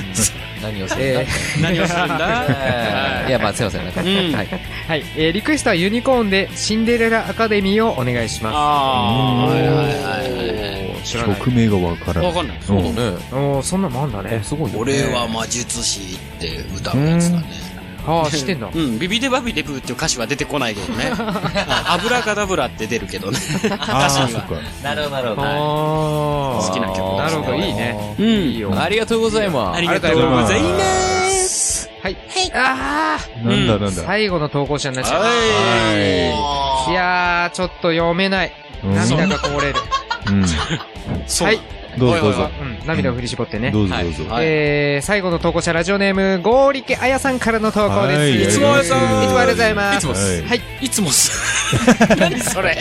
何をするんだえ何をす るんえだーいや、まあ、すいませんね。うんはい。ーはい。えーリクエストはユニコーンでシンデレラアカデミーをお願いしまあー、はいはいはいはい。た。曲名が分からない。わかんないうんそうね。す。おー、そんなもんだね。すごいね。俺は魔術師って歌のやつだね。ああ、知ってんだ。うん、ビビデバビデブーっていう歌詞は出てこないけど ね。あブラカダブラって出るけどね。歌詞ああ、にそっは。か。なるほど、なるほど。ああ。好きな曲なるほど、いいね。ういいん。よ。ありがとうございまあすり。がとうございます。はい。あなんだなんあだ。最後の投稿者になっちゃっはた。いやー、ちょっと読めない。うん涙がこぼれる。うん。い。そはうい。。どうぞどうおいおいおぞ。うん涙を振り絞ってね。どうぞどうぞ。はいえー、最後の投稿者、ラジオネーム、ゴーリケアヤさんからの投稿はでいす。いつもあやさんいつもありがとうございます。いつもっすはい。いつもっす。 何それ。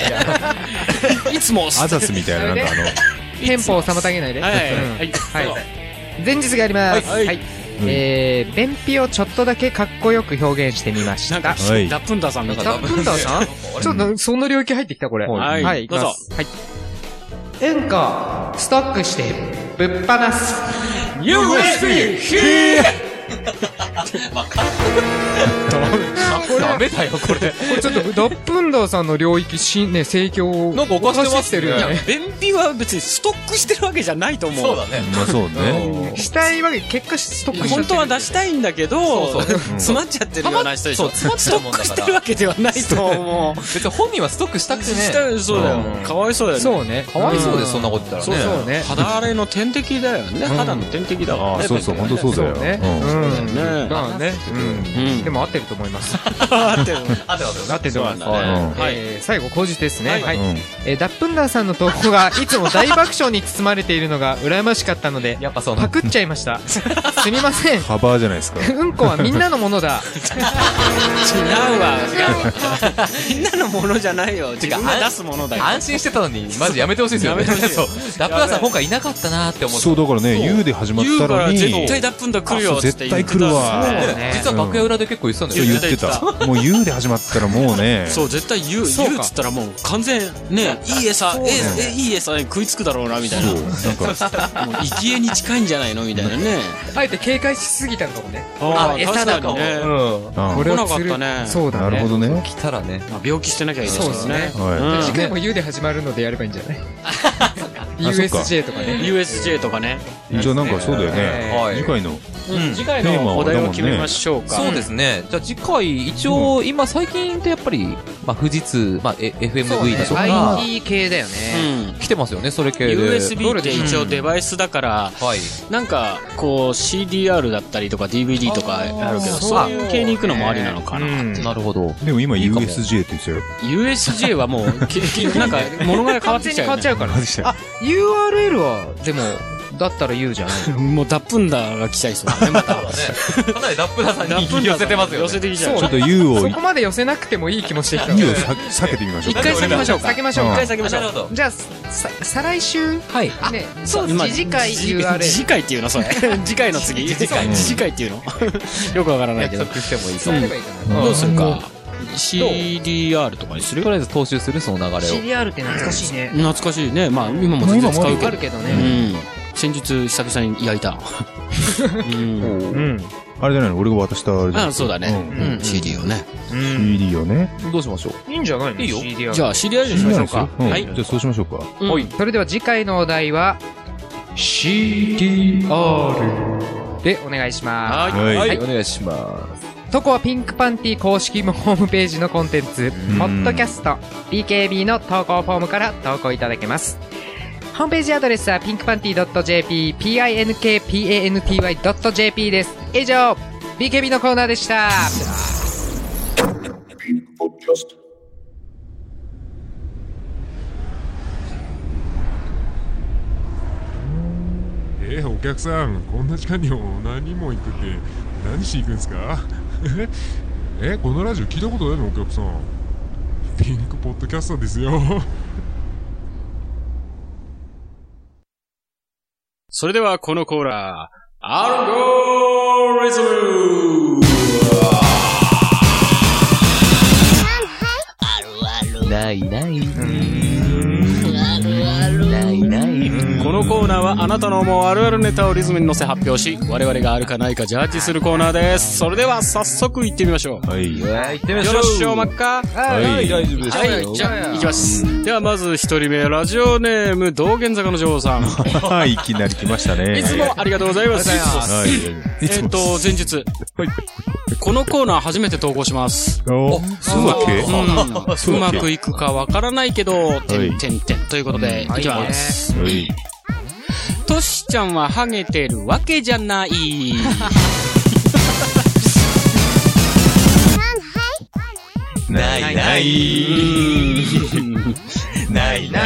いつもっす。アザスみたいな、なんかあの、テンポを妨げないで。はいうんはい。はい。前日があります。はいはい。えー、便秘をちょっとだけかっこよく表現してみましなんたか。、はいラップンダーさんみたいダな。プンダーさんちょっと、その領域入ってきた、これ。はいはい、どうぞいきますはい。塩化、ストックして、ぶっ放す。 USB! ダメだよ、これ。これちょっと、ダプンダーさんの領域、し、ね、盛況を。なんか犯してますね犯よね。便秘は別にストックしてるわけじゃないと思う。そうだね。まあそうね。したいわけ、結果ストックしちゃっ本て当るは出したいんだけど、そうそう詰まっちゃってるような人でしょ。そうスト詰まッっクちゃうもんだからしてるわけではないと思う。別に本人はストックしたくてしたね。そうだよ。かわいそうだよね。そうね。かわいそうです、んそんなこと言ったそうらね。そうね。肌荒れの天敵だよね。肌の天敵だからああ、ね。そうそう、本当そうだよ。ね。うんうん。だよだねからね。ううんん。でも合ってると思います。 あってるあてあて合ってると思います。そうなんだねはいえー最後、口実ですね。はいはい。うんえーダップンダーさんの投稿 がいつも大爆笑に包まれているのが羨ましかったので、やっぱそうなパんだクっちゃいま した。すみません。カバーじゃないですか。うんこはみんなのものだ。違うわ。みんなのものじゃないよ。自分が出すものだよ。安心してたのに、マジやめてほしいですよね。やめてほし いそう。ラップラーさん今回いなかったなーって思って。そう、だからね、U で始まっ言うたかのらに、絶対ダップンダ来るよって言ってたあそう絶対来るわそうだよね実は楽屋裏で結構言ってたんだそうよ言ねっ。てた。もう U で始まったらもうね、そう、絶対言う、そうか言うっつったらもう完全、ね、いい餌、え、え、いい餌に食いつくだろうな、みたいな。もう、なんか、生き餌に近いんじゃないのみたいなね。あえて警戒しすぎたのかもね。あ餌だと確かにね。うん。あこれは来なかつっるたねそうだなね。るほどね。来たらね。まあ病気してなきゃいいですそうけどでねす。は次回も U で始まるのでやればいいんじゃない ?USJ とかね。 USJ とかね。い。じゃあなんかそうだよね。はい次回の。次回テーマのはお題だもんをね決めましょうか。そうですね。じゃあ次回、一応、今最近ってやっぱり、まあ富士通、まあえ FMV だとか、 IT 系だようね。ん。来てますよね、それ系で。 USB って一応デバイスだから、はい。なんかこう CDR だったりとか DVD とかあるけどあーそういう系に行くのもありなのかな、うんなるほど。でも今いいかも USJ って言ってたよ。 USJ はもうけなんか物が変わ完って全きにち変わっちゃゃうよねうからマ。ジであ、URL は、でも、だったら言うじゃないもうダップンダーが来ちゃいそうだねまたかなりダップダさんダップンにダー寄せてますよ、ね、寄せてきちゃうちょっと U をそこまで寄せなくてもいい気もしてきた U をさ避けてみましょう一回避けましょう避けましょううん一回避けまあしょなるほどうじゃあさ再来週はいねそう今次回次次 URL 回っていうのそれ次回の次次回次回っていうの よくわからないけど約束してもいいそうやればいいかなどうするか CDR とかにするとりあえず踏襲するその流れを CDR って懐かしいね懐かしいねまあ今も全然使うけあどるけどうねん先日久々に焼いたうんうんあれじゃないの俺が渡したあれじゃあそうだねんうん CD をねうんん CD をねどうしましょういいんじゃないのいいよ CDR じゃあ CDR にしましょうかうんはいじゃあそうしましょうかうんそれでは次回のお題は CDR でお願いしますはいはい、お願いしますとこはピンクパンティ公式ホームページのコンテンツう、んポッドキャスト、BKB の投稿フォームから投稿いただけます。ホームページアドレスはピンクパンティ .jp、pinkpanty.jp です。以上、BKB のコーナーでした。えーお客さんこんな時間にお何も行くって何しに行くんですか えこのラジオ聞いたことないのお客さんピンクポッドキャストですよそれではこのコーナー、アルゴリズムないないないないこのコーナーはあなたの思うあるあるネタをリズムに乗せ発表し、我々があるかないかジャッジするコーナーです。それでは早速行ってみましょう。はいはい行ってみましょようろしゅうまっはかはい大丈夫ですはい、じゃあ行きます。ではまず一人目、ラジオネーム、道玄坂の女王さ ん。いはいいきなり来ましたねつもありがとうございます。はいえっと、前日。このコーナー初めて投稿します。おそうだっけうん、うまくいくかわからないけど、てんてんてんということで、いきます。はいとしちゃんはハゲてるわけじゃない。ないないないな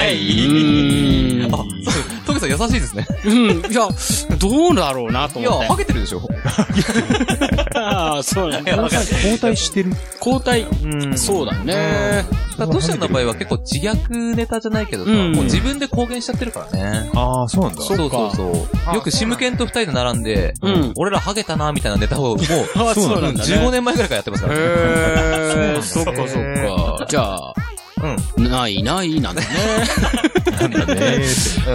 ういーん。トゲさん優しいですねうん。いや、どうだろうなといや思っハ。ゲててるでしょああ、そうなんだ。交代してる交代。そうだね。だからトシちゃんの場合は結構自虐ネタじゃないけどさ、うんもう自分で公言しちゃってるからね。ああそうなんだそっかうそうそう。よくシムケンと二人で並んで、うん俺らハゲたな、みたいなネタ をもう、ああ、そうなんだ15ね。年前ぐらいからやってますからね。へえ、そっかそっか。じゃあ、ないないなんだね。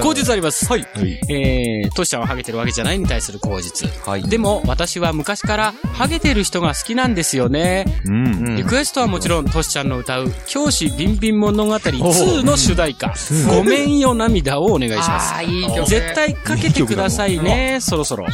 口実あります。はい。えー、トシちゃんはハゲてるわけじゃないに対する口実。はい。でも、私は昔から、ハゲてる人が好きなんですよね。うんうんリクエストはもちろん、トシちゃんの歌う、教師ビンビン物語2の主題歌、ごめんよ涙をお願いしますあ。ーいい曲。絶。対かけてくださいね、そろそろ。はい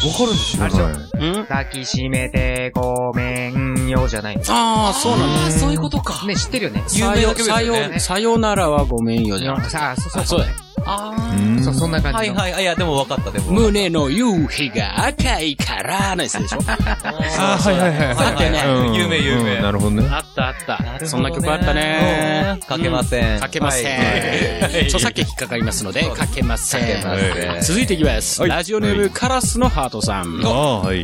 うん抱きしめてごめんよじゃないの。ああ、そうなんだ。そういうことか。ね、知ってるよね。有さ名なよ、曲ですさよねよ、さよならはごめんよじゃん。さあ、そうそうあ、そうだよ。あうんそう、そんなあ。感はじいの。はい。あ、いや、でも分かった、でも。胸の夕日が赤いから、のやつでしょあはいはいはいあってねうん有名有名うんなるほどねあったあった。そんな曲あったね。かけません。かけません。著作権引っかかりますので、かけません。ませんはい続いていきます。ラジオネーム、カラスのハートさん。ああはい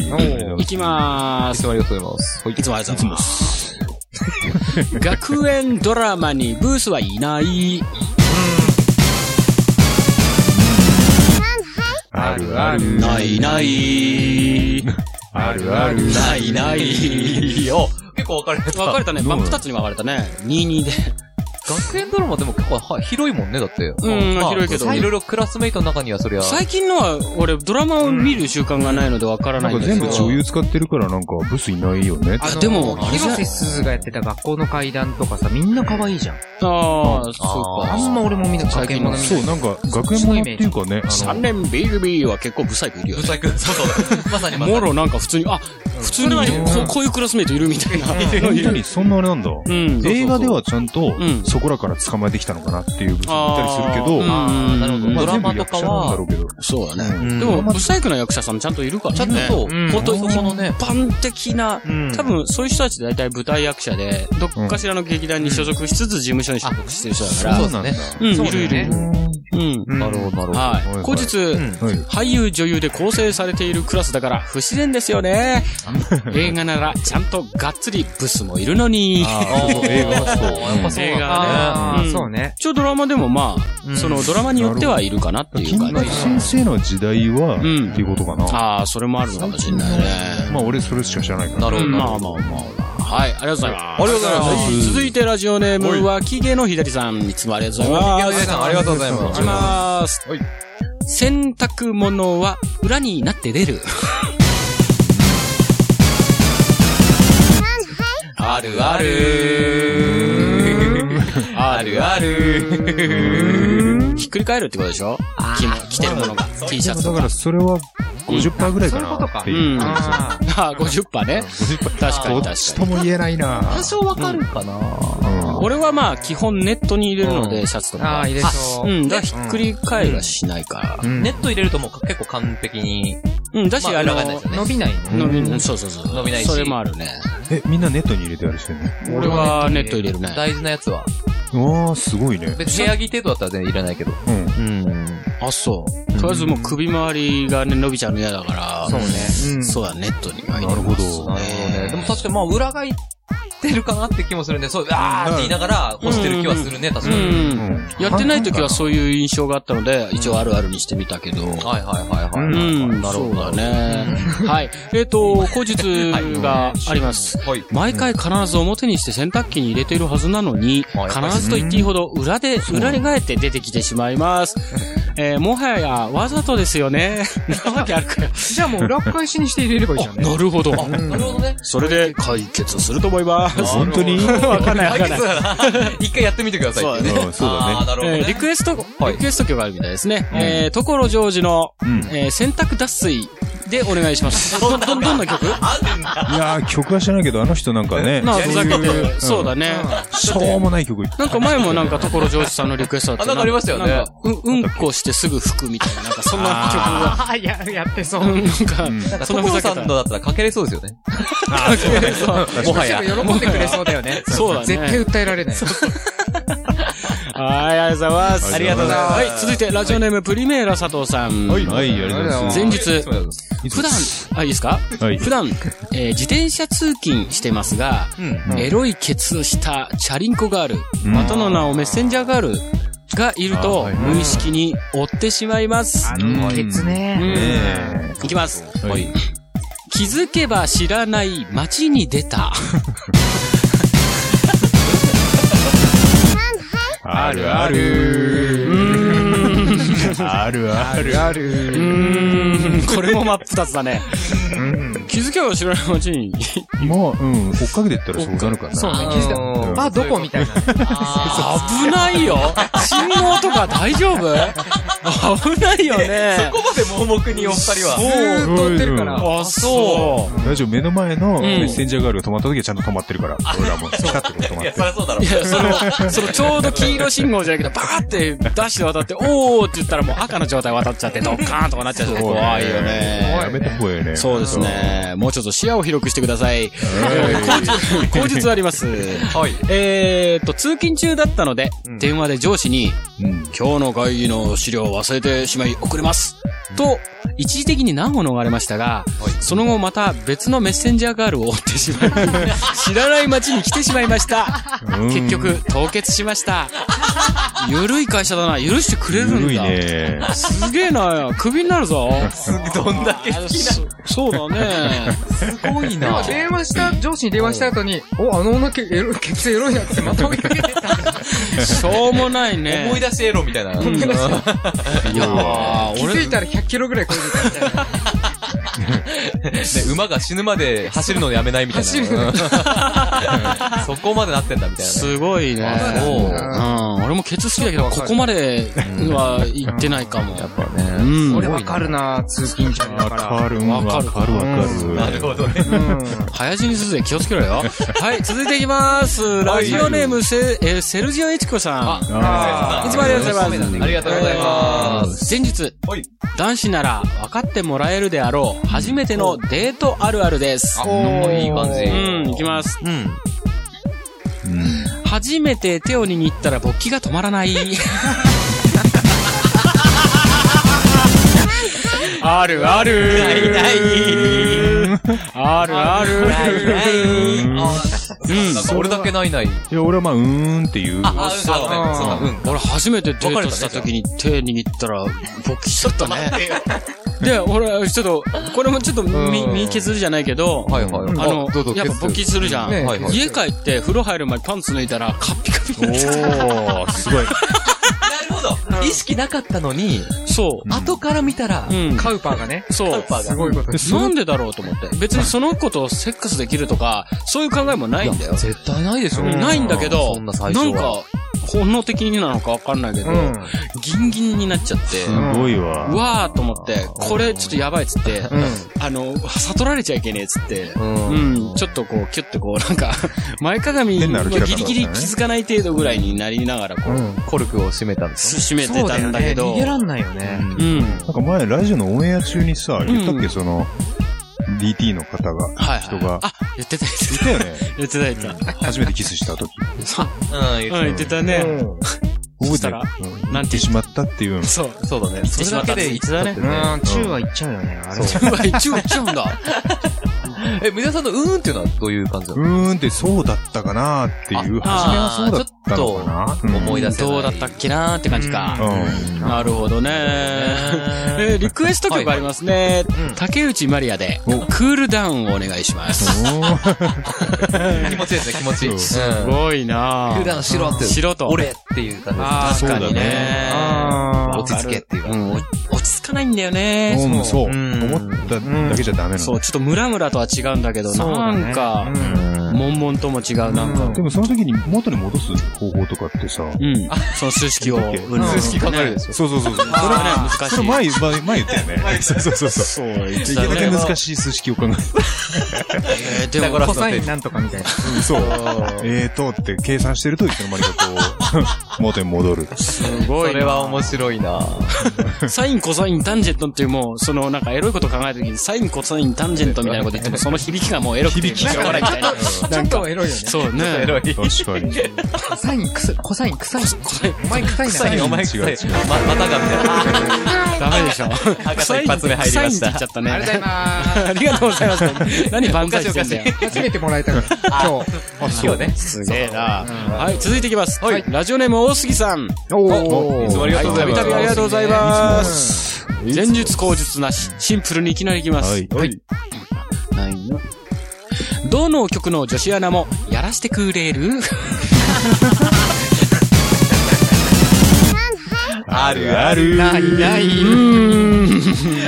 いきまーす。ありがとうございます。いつもありがとうございます。学園ドラマにブースはいない。あるあるないない。あるあるないない。お、結構分かれた。分かれたね。真っ二つに分かれたね。22で。学園ドラマでも結構は広いもんね、だって。んまあ広いけどいろいろクラスメイトの中にはそりゃ。最近のは、俺、ドラマを見る習慣がないので分からななんいかんだけ全ど。部女優使ってるからなんかブスいないよねあ、でも、あれじゃ広瀬すずがやってた学校の階段とかさ、みんな可愛いじゃん。ああ、そうか。あんま俺も見なかった。最近のそうなんか学園ものっていうかねあ3の年 BB は結構ブサイクいるよブね。サイク。そうそう。まさにまさもに。ろなんか普通に、あ、普通にいる、ここういうクラスメイトいるみたいな。本当にそんなあれなんだん映画ではちゃんとうんそこらから捕まえてきたのかなっていう部分もいたりするけどあーなるほどまドあラ全部マと役か者なんだろはう、けどそうだうね。んでも、ブサイクな役者さんちゃんといるからね。ちゃんとそう、うん本当にそのね一、般的な、ん多分そういう人たち大体舞台役者で、どっかしらの劇団に所属しつつ事務所に所属してる人だから、そうですね。うん、いるいる。うん。うんなるほど、なるほど。はい。後日、はい俳優女優で構成されているクラスだから不自然ですよね。映画ならちゃんとがっつりブスもいるのに。あーそう映画はそう。やっぱそう映あ画ねあ、うんそうね。一応ドラマでもまあ、うんそのドラマによってはいるかなっていう金感田じ一。先生の時代は、んっていうことかな。ああ、それもあるのかもしれないね。まあ俺それしか知らないから。なるほど、なるまほあど。まあまあまあ。はい、ありがとうございます。ありがとうございます続いてラジオネームは、木毛の左さん。いつもありがとうございます。池田さん、ありがとうございまいすき。ます。洗濯物は裏になって出る。あるある。あるある。ひっくり返るってことでしょ着も着てるものが。T シャツだとからか。それは50%ぐらいかそういうことなかっていう。うんああ、 ああ、50%ね。確かに確かに。とも言えないな多少わかるかな俺はまあ、基本ネットに入れるので、シャツとあかあ、。入れそうう。ん、だからひっくり返りはしないから。うんネット入れるともう結構完璧にうん、だし、まああの裏がないですね伸びないね。伸びない、そうそうそう。伸びないしそれもあるね。え、みんなネットに入れてあれしてる俺はネット入れるね。大事なやつは。のああ、すごいね。別に部屋着程度だったら全然いらないけど。うん。うん。あ、そう。とりあえずもう首周りがね、伸びちゃうの嫌だから。そうね。うん。そうだ、ネットには入なれるる。ほどな。るほどね。でも確かにまあ裏がいってるかなって気もするんで、そう、あーって言いながら干してる気はするね、確う。かに。うんんやってない時はそういう印象があったので、一応あるあるにしてみたけど。はいはいはいはい。うん、なるそほうど。だね。はい。えっと、後日があります。はい。毎回必ず表にして洗濯機に入れているはずなのに、はい必ずと言っていいほど裏で、裏に返って出てきてしまいます。えーもはやわざとですよ ね。なわけあるかよ。じゃあもう裏返しにして入れればいいじゃんね。なるほど。なるほどね。それで解決すると思います。本当にわかんないわかんない。一回やってみてくださいっていそうだねうんそうだねあーなるほどえーね。リクエスト、はいリクエスト曲があるみたいですね。えー、ところジョージの、んえー洗濯脱水でお願いします。ど、ど、どんな曲いやー、曲は知らないけど、あの人なんかね、なあ、そうふざけいうて、そうだね。しょうもない曲。なんか前もなんかところジョージさんのリクエストだったあなんかありましたよねなんかう、うんこしてすぐ拭くみたいな、なんかそんな曲が。ああ、や、やってそう。うんなんなんか、か、そんな所ふざけさたんのだったらかけれそうですよね。もはや。喜んでくれ そうだよね。そうだね絶対訴えられない。はい、ありがとうございます。ありがとうございます。はい、続いて、ラジオネーム、プリメーラ佐藤さん。はい、ありがとうございます。前日、いつ普段、あ、いいですかはい普段、えー自転車通勤してますが、エロいケツをしたチャリンコガール、またの名をメッセンジャーガールがいると、無意識に追ってしまいます。の、ケツね。ねいきます。えはい。気づけば知らない街に出た。あるある。あるある。ある。これも真っ二つだね。気づけば知らない街に。まあ、うん、追っかけてったらそうなるかな。そうね、気づいたうんあ、どこみたいな。危ないよ信号とか大丈夫危ないよね。ここまで盲目にお二人は。ずーっと追ってるから。あ、そう。大丈夫、目の前のメッセンジャーガールが止まった時はちゃんと止まってるから。俺らも、ピカッと止まいっ や、てそり。ゃそうだろうい。や、その、その、ちょうど黄色信号じゃないけど、バーって出して渡って、おーって言ったらもう赤の状態渡っちゃって、ドッカーンとかなっちゃって、怖いよやね。めた方がいいね。そうですね。もうちょっと視野を広くしてください。 後日あります。はい。えーっと、通勤中だったので、電話で上司に、うん。今日の会議の資料を忘れてしまい遅れます。と、一時的に難を逃れましたが、その後また別のメッセンジャーガールを追って しまい、知らない街に来てしまいました。うん結局、凍結しました。ゆるい会社だな。許してくれるんだ。古いね。すげえな。クビにな るぞ。どんだけ。そそうだね。すごいでもな。電話した、上司に電話した後に、お、あの女け、エロ、ケツエロいやつまた追いかけてた。しょうもないね。思い出しエロみたいな。出しいやー気づいたら100キロぐらい超えてたみたいな。ね馬が死ぬまで走るのやめないみたいな。走るうんそこまでなってんだみたいなね。すごいね。そう。うん、俺もケツ好きだけど、ここまでは行ってないかも。やっぱね。うん。俺わかるな通勤中だわかかる、わかる、わかる。なるほどね。ら。うん。早死にするぜ、気をつけろよ。 はい、続いていきます。ラジオネーム、セ、えーセルジオエチコさん。あいつもありがとうございます。ありがとうございます。す。前日、男子なら分かってもらえるであろう、初めてのデートあるあるです。あ、いい感じ。うん、いきます。うん。初めて手を握ったら勃起が止まらない。 あるあるないないあるあるないないあうんなんか俺だけないない。いや、俺はまあ、うーんっていう。あ、そうだね。そうだね。うん。俺初めてデートした時に手握ったら、勃起しちゃったね。で、俺、ちょっと、これもちょっと身、うん身削りじゃないけど、はいはい。あのどうぞ、やっぱ勃起するじゃん。ねはいはい家帰って風呂入る前にパンツ脱いだら、カッピカピになっておー、すごない。るほど。意識なかったのに、た。そ後から見たらう。う、ん。カウパーがね、そう。すごいことでです。そなのんでだろうと思って。別にその子とセックスできるとか、そういう考えもないんだよ。絶対ないでしょ。ないんだけど、そんななんか最初は。、本能的になのかわかんないけど、うん。ギンギンになっちゃって、すごいわ。うわーと思って、これちょっとやばいっつって、うあの、悟られちゃいけねえっつって、んうん、ちょっとこう、キュッてこう、なんか、 前かがみに変な歩き方だったギねリギリ気づかない程度ぐらいになりながら、こう、コルクを閉めたんです締めてたんだけど、そうよね逃げらんないよね。うん、なんか前、ラジオのオンエア中にさ、言ったっうんけ、その、DT の方が、はい、人はい。があ、、言ってた言言ったよね。ってた。言ってた言って初めてキスした時。ね。うん、た。うん、言ってたね。そ覚えしてたるらうんなん言っててしまったっていうの。そう。そうだね。てしそまれっだたけで言っちゃってうねん、中は行っちゃうよね、あれ。うわ、一応行っちゃうん だ。え、皆さんのうーんっていうのはどういう感じなのうーんってそうだったかなっていう、初めはそうだったのかな思い出せない。どうだったっけなーって感じか。うん。なるほどねー。えーリクエスト曲ありますね。竹内まりやで、クールダウンをお願いします。おー気持ちいいですね、気持ちいい。すうん。ごいな普段しろって。しろと俺っていう感じです。あーそうだ確かにねね。あ落ち着けっていうか。うん、落ち着かないんだよね。うんそう。うん思っただけじゃダメなそう、の。ちょっとムラムラとは違うんだけど、そうだなねんか、悶々とも違う、なんか。でもその時に元に戻す方法とかってさ、うん。その数式を。うん数式考えるでしょ。そうそうそうそう。それはね、難しい。それ前、前前言ったよね。そうそうそうそう。言ってでたきねるだけ難しい数式を考ええーでも、あ。コサインなんとかみたいな。て。そう。 えーとって計算してるといつの間にかこう、元に戻る。すごいそれな。は面白い なサイン、コサイン、タンジェントっていうもう、その、なんかエロいこと考えた時に、サイン、コサイン、タンジェントみたいなこと言っても、その響きがもうエロくて、響きが笑いみたいな。ちょっとエロいよね。そうね。ロい。確かに。コサイン、クス、コサイン、クサイン。お前臭いな。臭い、お前違う臭違。いうま、またがみたいな。ダメでしょ。博多一発目入りましたサインって言っちゃったね。ありがとうございます。ありがとうございます。何万歳してんだよ。初めてもらえたから、今日。今日ね。すげえな。はい、続いていきます。はい。ラジオネーム大杉さん。おいつもありがとうございびます。たびありがとうございます。前述口述なし。シンプルにいきなりいきます。はいはい。ないよ。どの曲の女子アナも、やらしてくれるあるある。るないない。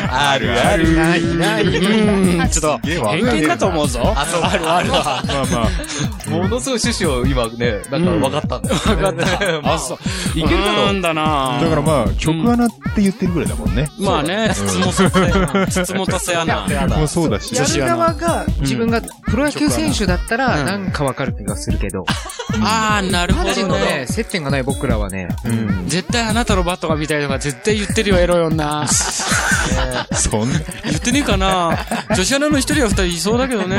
あるある。ないない。うん、 ちょっと、偏見だと思うぞ。あ、そう。あるあるは。まあまあ、ものすごい趣旨を今ね、なんか分かったんだよね。分か った。あ、あ、そそうう。。いけるだろんだなだからまあ、曲穴って言ってるぐらいだもんね。まあね、質問させ、質問させアナ。もうそうだしや。る側が、自分がプロ野球選手だったうら、んなんかわかる気がするけど、あー、なるほ個人どのねね、。接点がない僕らはね、絶対あなたのバットが見たいとか絶対言ってるよ、エロい女。そんな。 言ってねえかな女子アナの一人や二人いそうだけどね。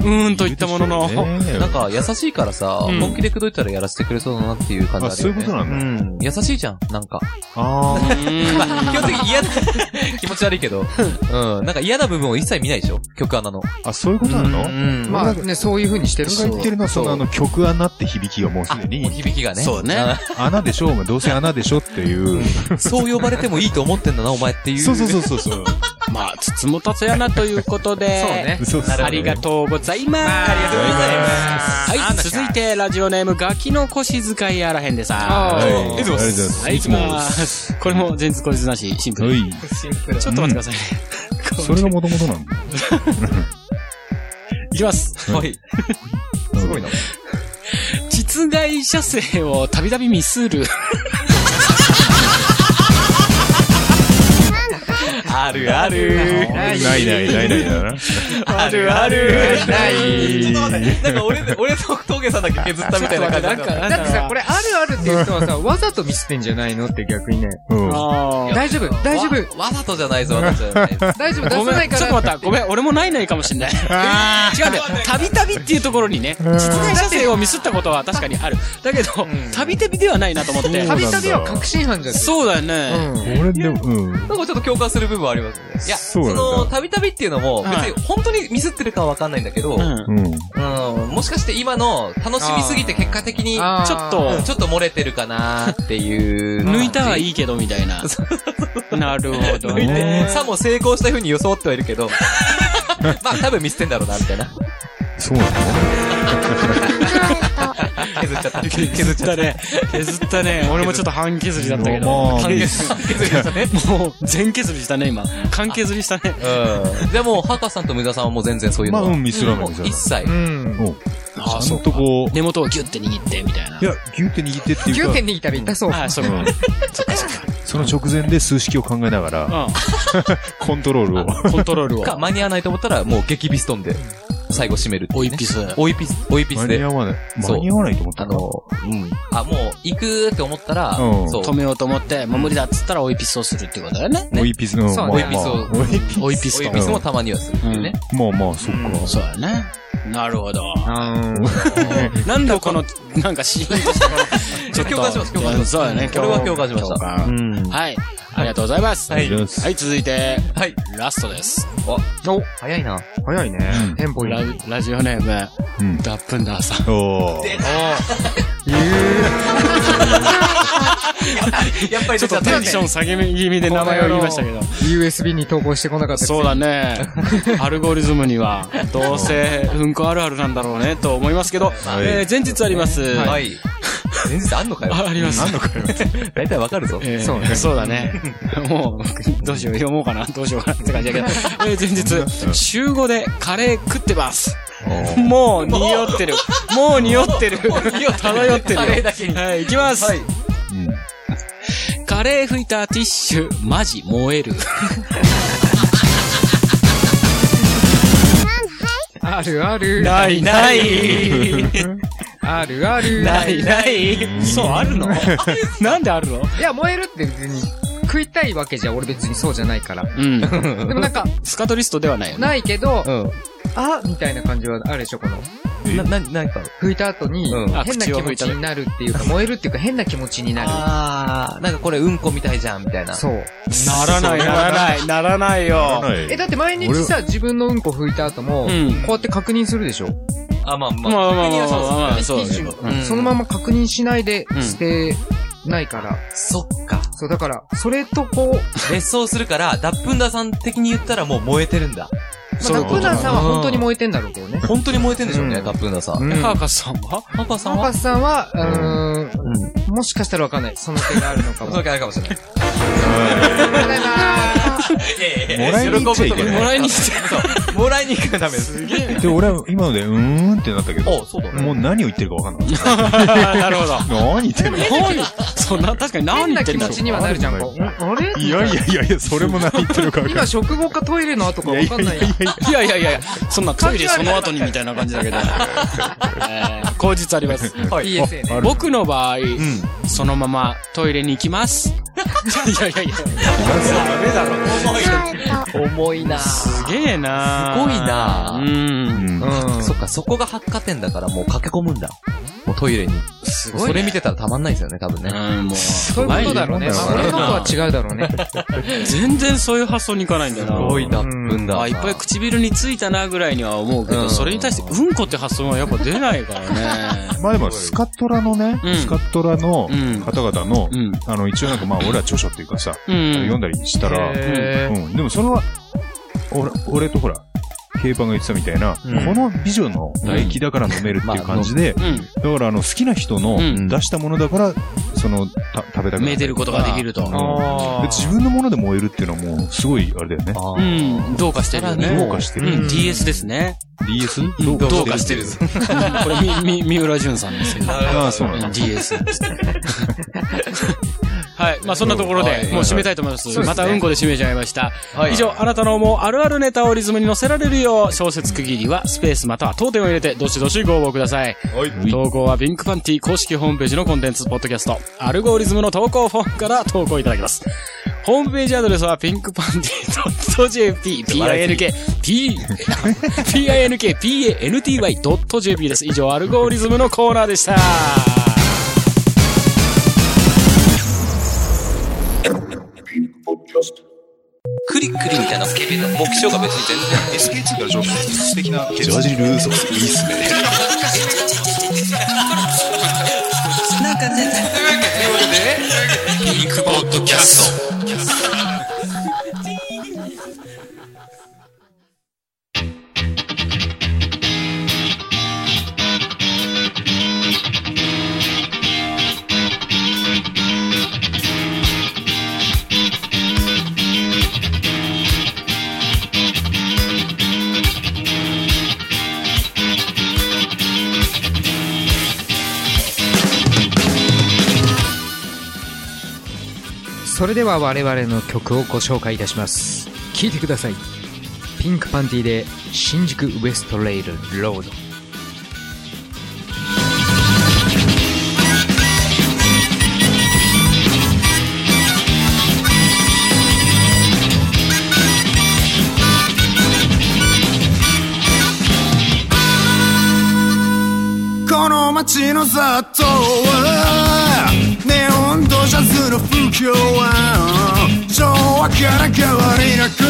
うーんと言ったものの。ねなんか優しいからさ、うん本気で口説いたらやらせてくれそうだなっていう感あ、じそあういるうよね。ことなんうだ。ん。優しいじゃん、なんか。あーうん基本的に嫌な、 気持ち悪いけど。うん。なんか嫌な部分を一切見ないでしょ曲穴の。あ、そういうことなのんまあね、そういう風にしてる僕が言ってるのは、そのあの曲穴って響きがもうすでもうに、響きがね。そうね 穴でしょお前どうせ穴でしょっていう。うん。そう呼ばれてもいいと思ってんだな、お前っていう。そうそうそうそうそう。まあ、つつもたつやなということで。そうね。そうそうありがとうございます。ありがとうございます。はい、続いて、ラジオネーム、ガキの腰使いやらへんでさ。はい。あありがとうございます。はい、行きます。これも前日後日なし、シンプはル。い。ちょっと待ってくださいね。それがもともとなんだ。いきます。はい。すごいな。実害射精をたびたびミスる。あるある。ないないないないだな。あるある。ないちょっと待って。なんか俺、俺と峠さんだけ削ったみたいな感じだった。だってさ、これあるあるっていう人はさ、わざとミスってんじゃないのって逆にね。うん。あー大丈夫、大丈夫、わわざとじゃないぞ、わざとじゃないぞ。大丈夫、出ごさなめいん、から。ちょっと待った。ごめん、俺もないないかもしんない。違うんだよ。たびたびっていうところにね、実害射精をミスったことは確かにある。だけど、たびたびではないなと思って。そうたびたびは確信犯じゃん。そうだよね。ん。俺でも、うん。なんかちょっと共感する部部はありますね。いや、そうそなんだの、たびたびっていうのも、別はいに本当にミスってるかはわかんないんだけど、うん。うん。うん、もしかして今の楽しみすぎて結果的に、ちょあーちょっとっと、ちょっと漏れてるかなっていう。抜いたはいいけど、みたい な。なるほど抜いて、ね。さも成功した風に装ってはいるけど、 まあ多分ミスってんだろうな、みたいな。そうなんだ。削っちゃった。削っちゃっ削ったね。削ったね。俺もちょっと半削りだったけど。まあ半削た。削りましたね。り。もう、全削りしたね、今。完削りしたね。うん。でも、ハカさんとムダさんはもう全然そういうのまあ、は。うん、ミスらないもうですよ一。切う。ん。うんああちゃんとこう、根元をギュッて握って、みたいな。いや、ギュって握ってっていう9か点、でいたら痛そう。ああ、そうか。その直前で数式を考えながら、うコントロールを。ん。コントロールを。か、間に合わないと思ったら、もう激ビストンで、最後締めるっていうオね。イピス。追いピス、追いピ間スにで合。わない。そう間に合わないと思ったあのの、うん。あ、もう、行くーって思ったら、うんそう。止めようと思って、もう無理だっつったらオイピスをするってことだよね。オイピスの、そうまあまあ、オイピスをオイピオイピス追とい。ピスもたまにはするっていうね。まあまあ、そっか。そうだね。なるほど。うん。なんだこの、なんかシーンとしたこ の。ちょ共感します共感しますそうだね、これは共感しましたた。はい。ありがとうございます。はいはい、続いて、はい。ラストです。お、早いな。早いね。テンポいいラ。ラジオネーム、うんダップンダーさん。おーやっぱりち出ょちゃっとったテよンねション下げ気味で名前を言いましたけど。 USB に投稿してこなかったそうだね。アルゴリズムには、どうせ、うんこあるあるなんだろうね、と思いますけど、えー前日あります。ははい。い。前日あんのかよ。ああります。大体わかるぞ。えーそうねそうだね。もう、どうしよう、読もうかな、どうしようかなって感じだけど、えー前日、週5でカレー食ってます。もう、匂ってる。もう匂ってる。漂ってるよ。カレーだけにはい、行きます。はいカレー拭いたティッシュ、マジ燃える。あるある。ないない。あるある。ないない。そう、あるの なんであるのいや、燃えるって別に、食いたいわけじゃ俺別にそうじゃないから。うん。でもなんか、スカトリストではないよね。ないけど、うん。あみたいな感じはあるでしょ、この。な、な、なんか。拭いた後に、うんあ変な気持ちになるっていうか、燃えるっていうか変な気持ちになる。あー、なんかこれうんこみたいじゃん、みたいな。そう。ならない、ならない、ならないよ。はいえ、だって毎日さ、自分のうんこ拭いた後も、うんこうやって確認するでしょ、あ、まあままあまあまあ確認はしますまあまあ、ねそうだけティッどシ。うんそのまま確認しないでうん捨てないから。そっか。そう、だから、それとこう、滅相するから、ダップンダーさん的に言ったらもう燃えてるんだ。 そまあ、ういうダことプだナさんは本当に燃えてんだろうけどね。本当に燃えてるんでしょううね、んダップンダーさん。うん。カーパカスさんはパパさんはパスさんは、うーん、うん。もしかしたらわかんない。 その手があるのかも。そうかあるかもしれない。いもらいに行っちゃいけないもらいに行っちゃそう。もらいに行くのダメです。すげえ。で、俺は今ので、うーんってなったけどお、そうだねもう何を言ってるかわかんなかっなるほど。た。 何言ってんの何そんな、確かに何変言なって気ん持だろうちにはなるじゃん、あこう。んあれいやいやいやいや、それも何言ってるかわかんな今、い。食後かトイレの後かわかんないやん。いやいやいやいや、そんなトイレその後にみたいな感じだけど。えー口実あります。はい。 PSA ね。僕の場合、そのままトイレに行きます。いやいやいや、重いなすすげえなごいなうぁん。うん。そっか、そこが発火点だからもう駆け込むんだ。もうトイレに。すごいねそれ見てたらたまんないですよね、多分ね。うん、もう。そういうことだろうね。まあ、俺のとは違うだろうね。 全然そういう発想にいかないんだよな。すごいダップンダーさん。あ、いっぱい唇についたなぐらいには思うけど、うんそれに対してうんこって発想はやっぱ出ないからね。 まあでも、スカトラのねうん、スカトラのうん方々のう、ん。あの、一応なんかまあ、俺は著書っていうかさ、うん読。んだりしたら、へーうん。でもそれは、俺、俺とほら、ケイパンが言ってたみたいな、うんこの美女の唾液だから飲めるっていう感じで、うだからあの、好きな人のうん出したものだから、その、た食べたくん。なめでることができると。で自分のもので燃えるっていうのはもう、すごい、あれだよね。あうーん。どうかしてるよね。どうかしてるうん、DS ですね。 DS? うんどうかしてる。これ、み、み、三浦淳さんですけど。ああ、そうなんうだん。DS ですね。はい。まあ、そんなところはでい、もう締めたいと思います。そうですねまたうんこで締めちゃいました。はい以上、あなたの思うあるあるネタをリズムに乗せられるよう、小説区切りは、スペースまたは当店を入れて、どしどしご応募ください。投稿は、ピンクパンティ公式ホームページのコンテンツ、ポッドキャスト、アルゴリズムの投稿フォームから投稿いただけます。ホームページアドレスは、ピンクパンティ .jp、pink, p, pink, panty.jp です。以上、アルゴリズムのコーナーでした。ククリックリみたいな目標が別に全然 SK2 から上質的なジャージルーソスいいっすねピンクポッドキャストそれでは我々の曲をご紹介いたします聴いてくださいピンクパンティで新宿ウエストレイルロードこの街の雑踏はネオンとジャズの風景は昭和から変わりなく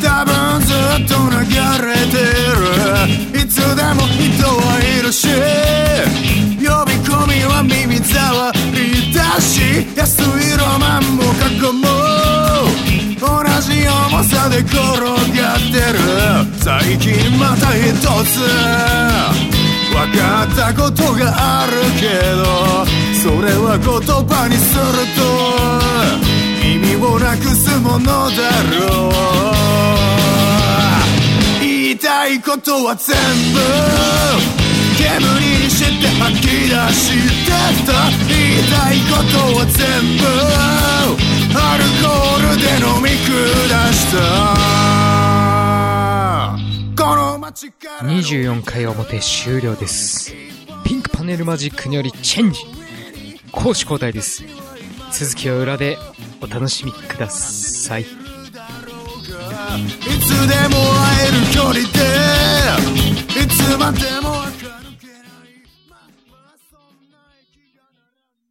多分ずっと流れてるいつでも人はいるし呼び込みは耳障りだし安いロマンも過去も同じ重さで転がってる最近また一つ分かったことがあるけどそれは言葉にすると意味をなくすものだろう言いたいことは全部煙にして吐き出してた言いたいことは全部アルコールで飲み下したこの街から24回表終了ですピンクパネルマジックによりチェンジ攻守交代です続きは裏でお楽しみくださいいつでも会える距離でいつまでも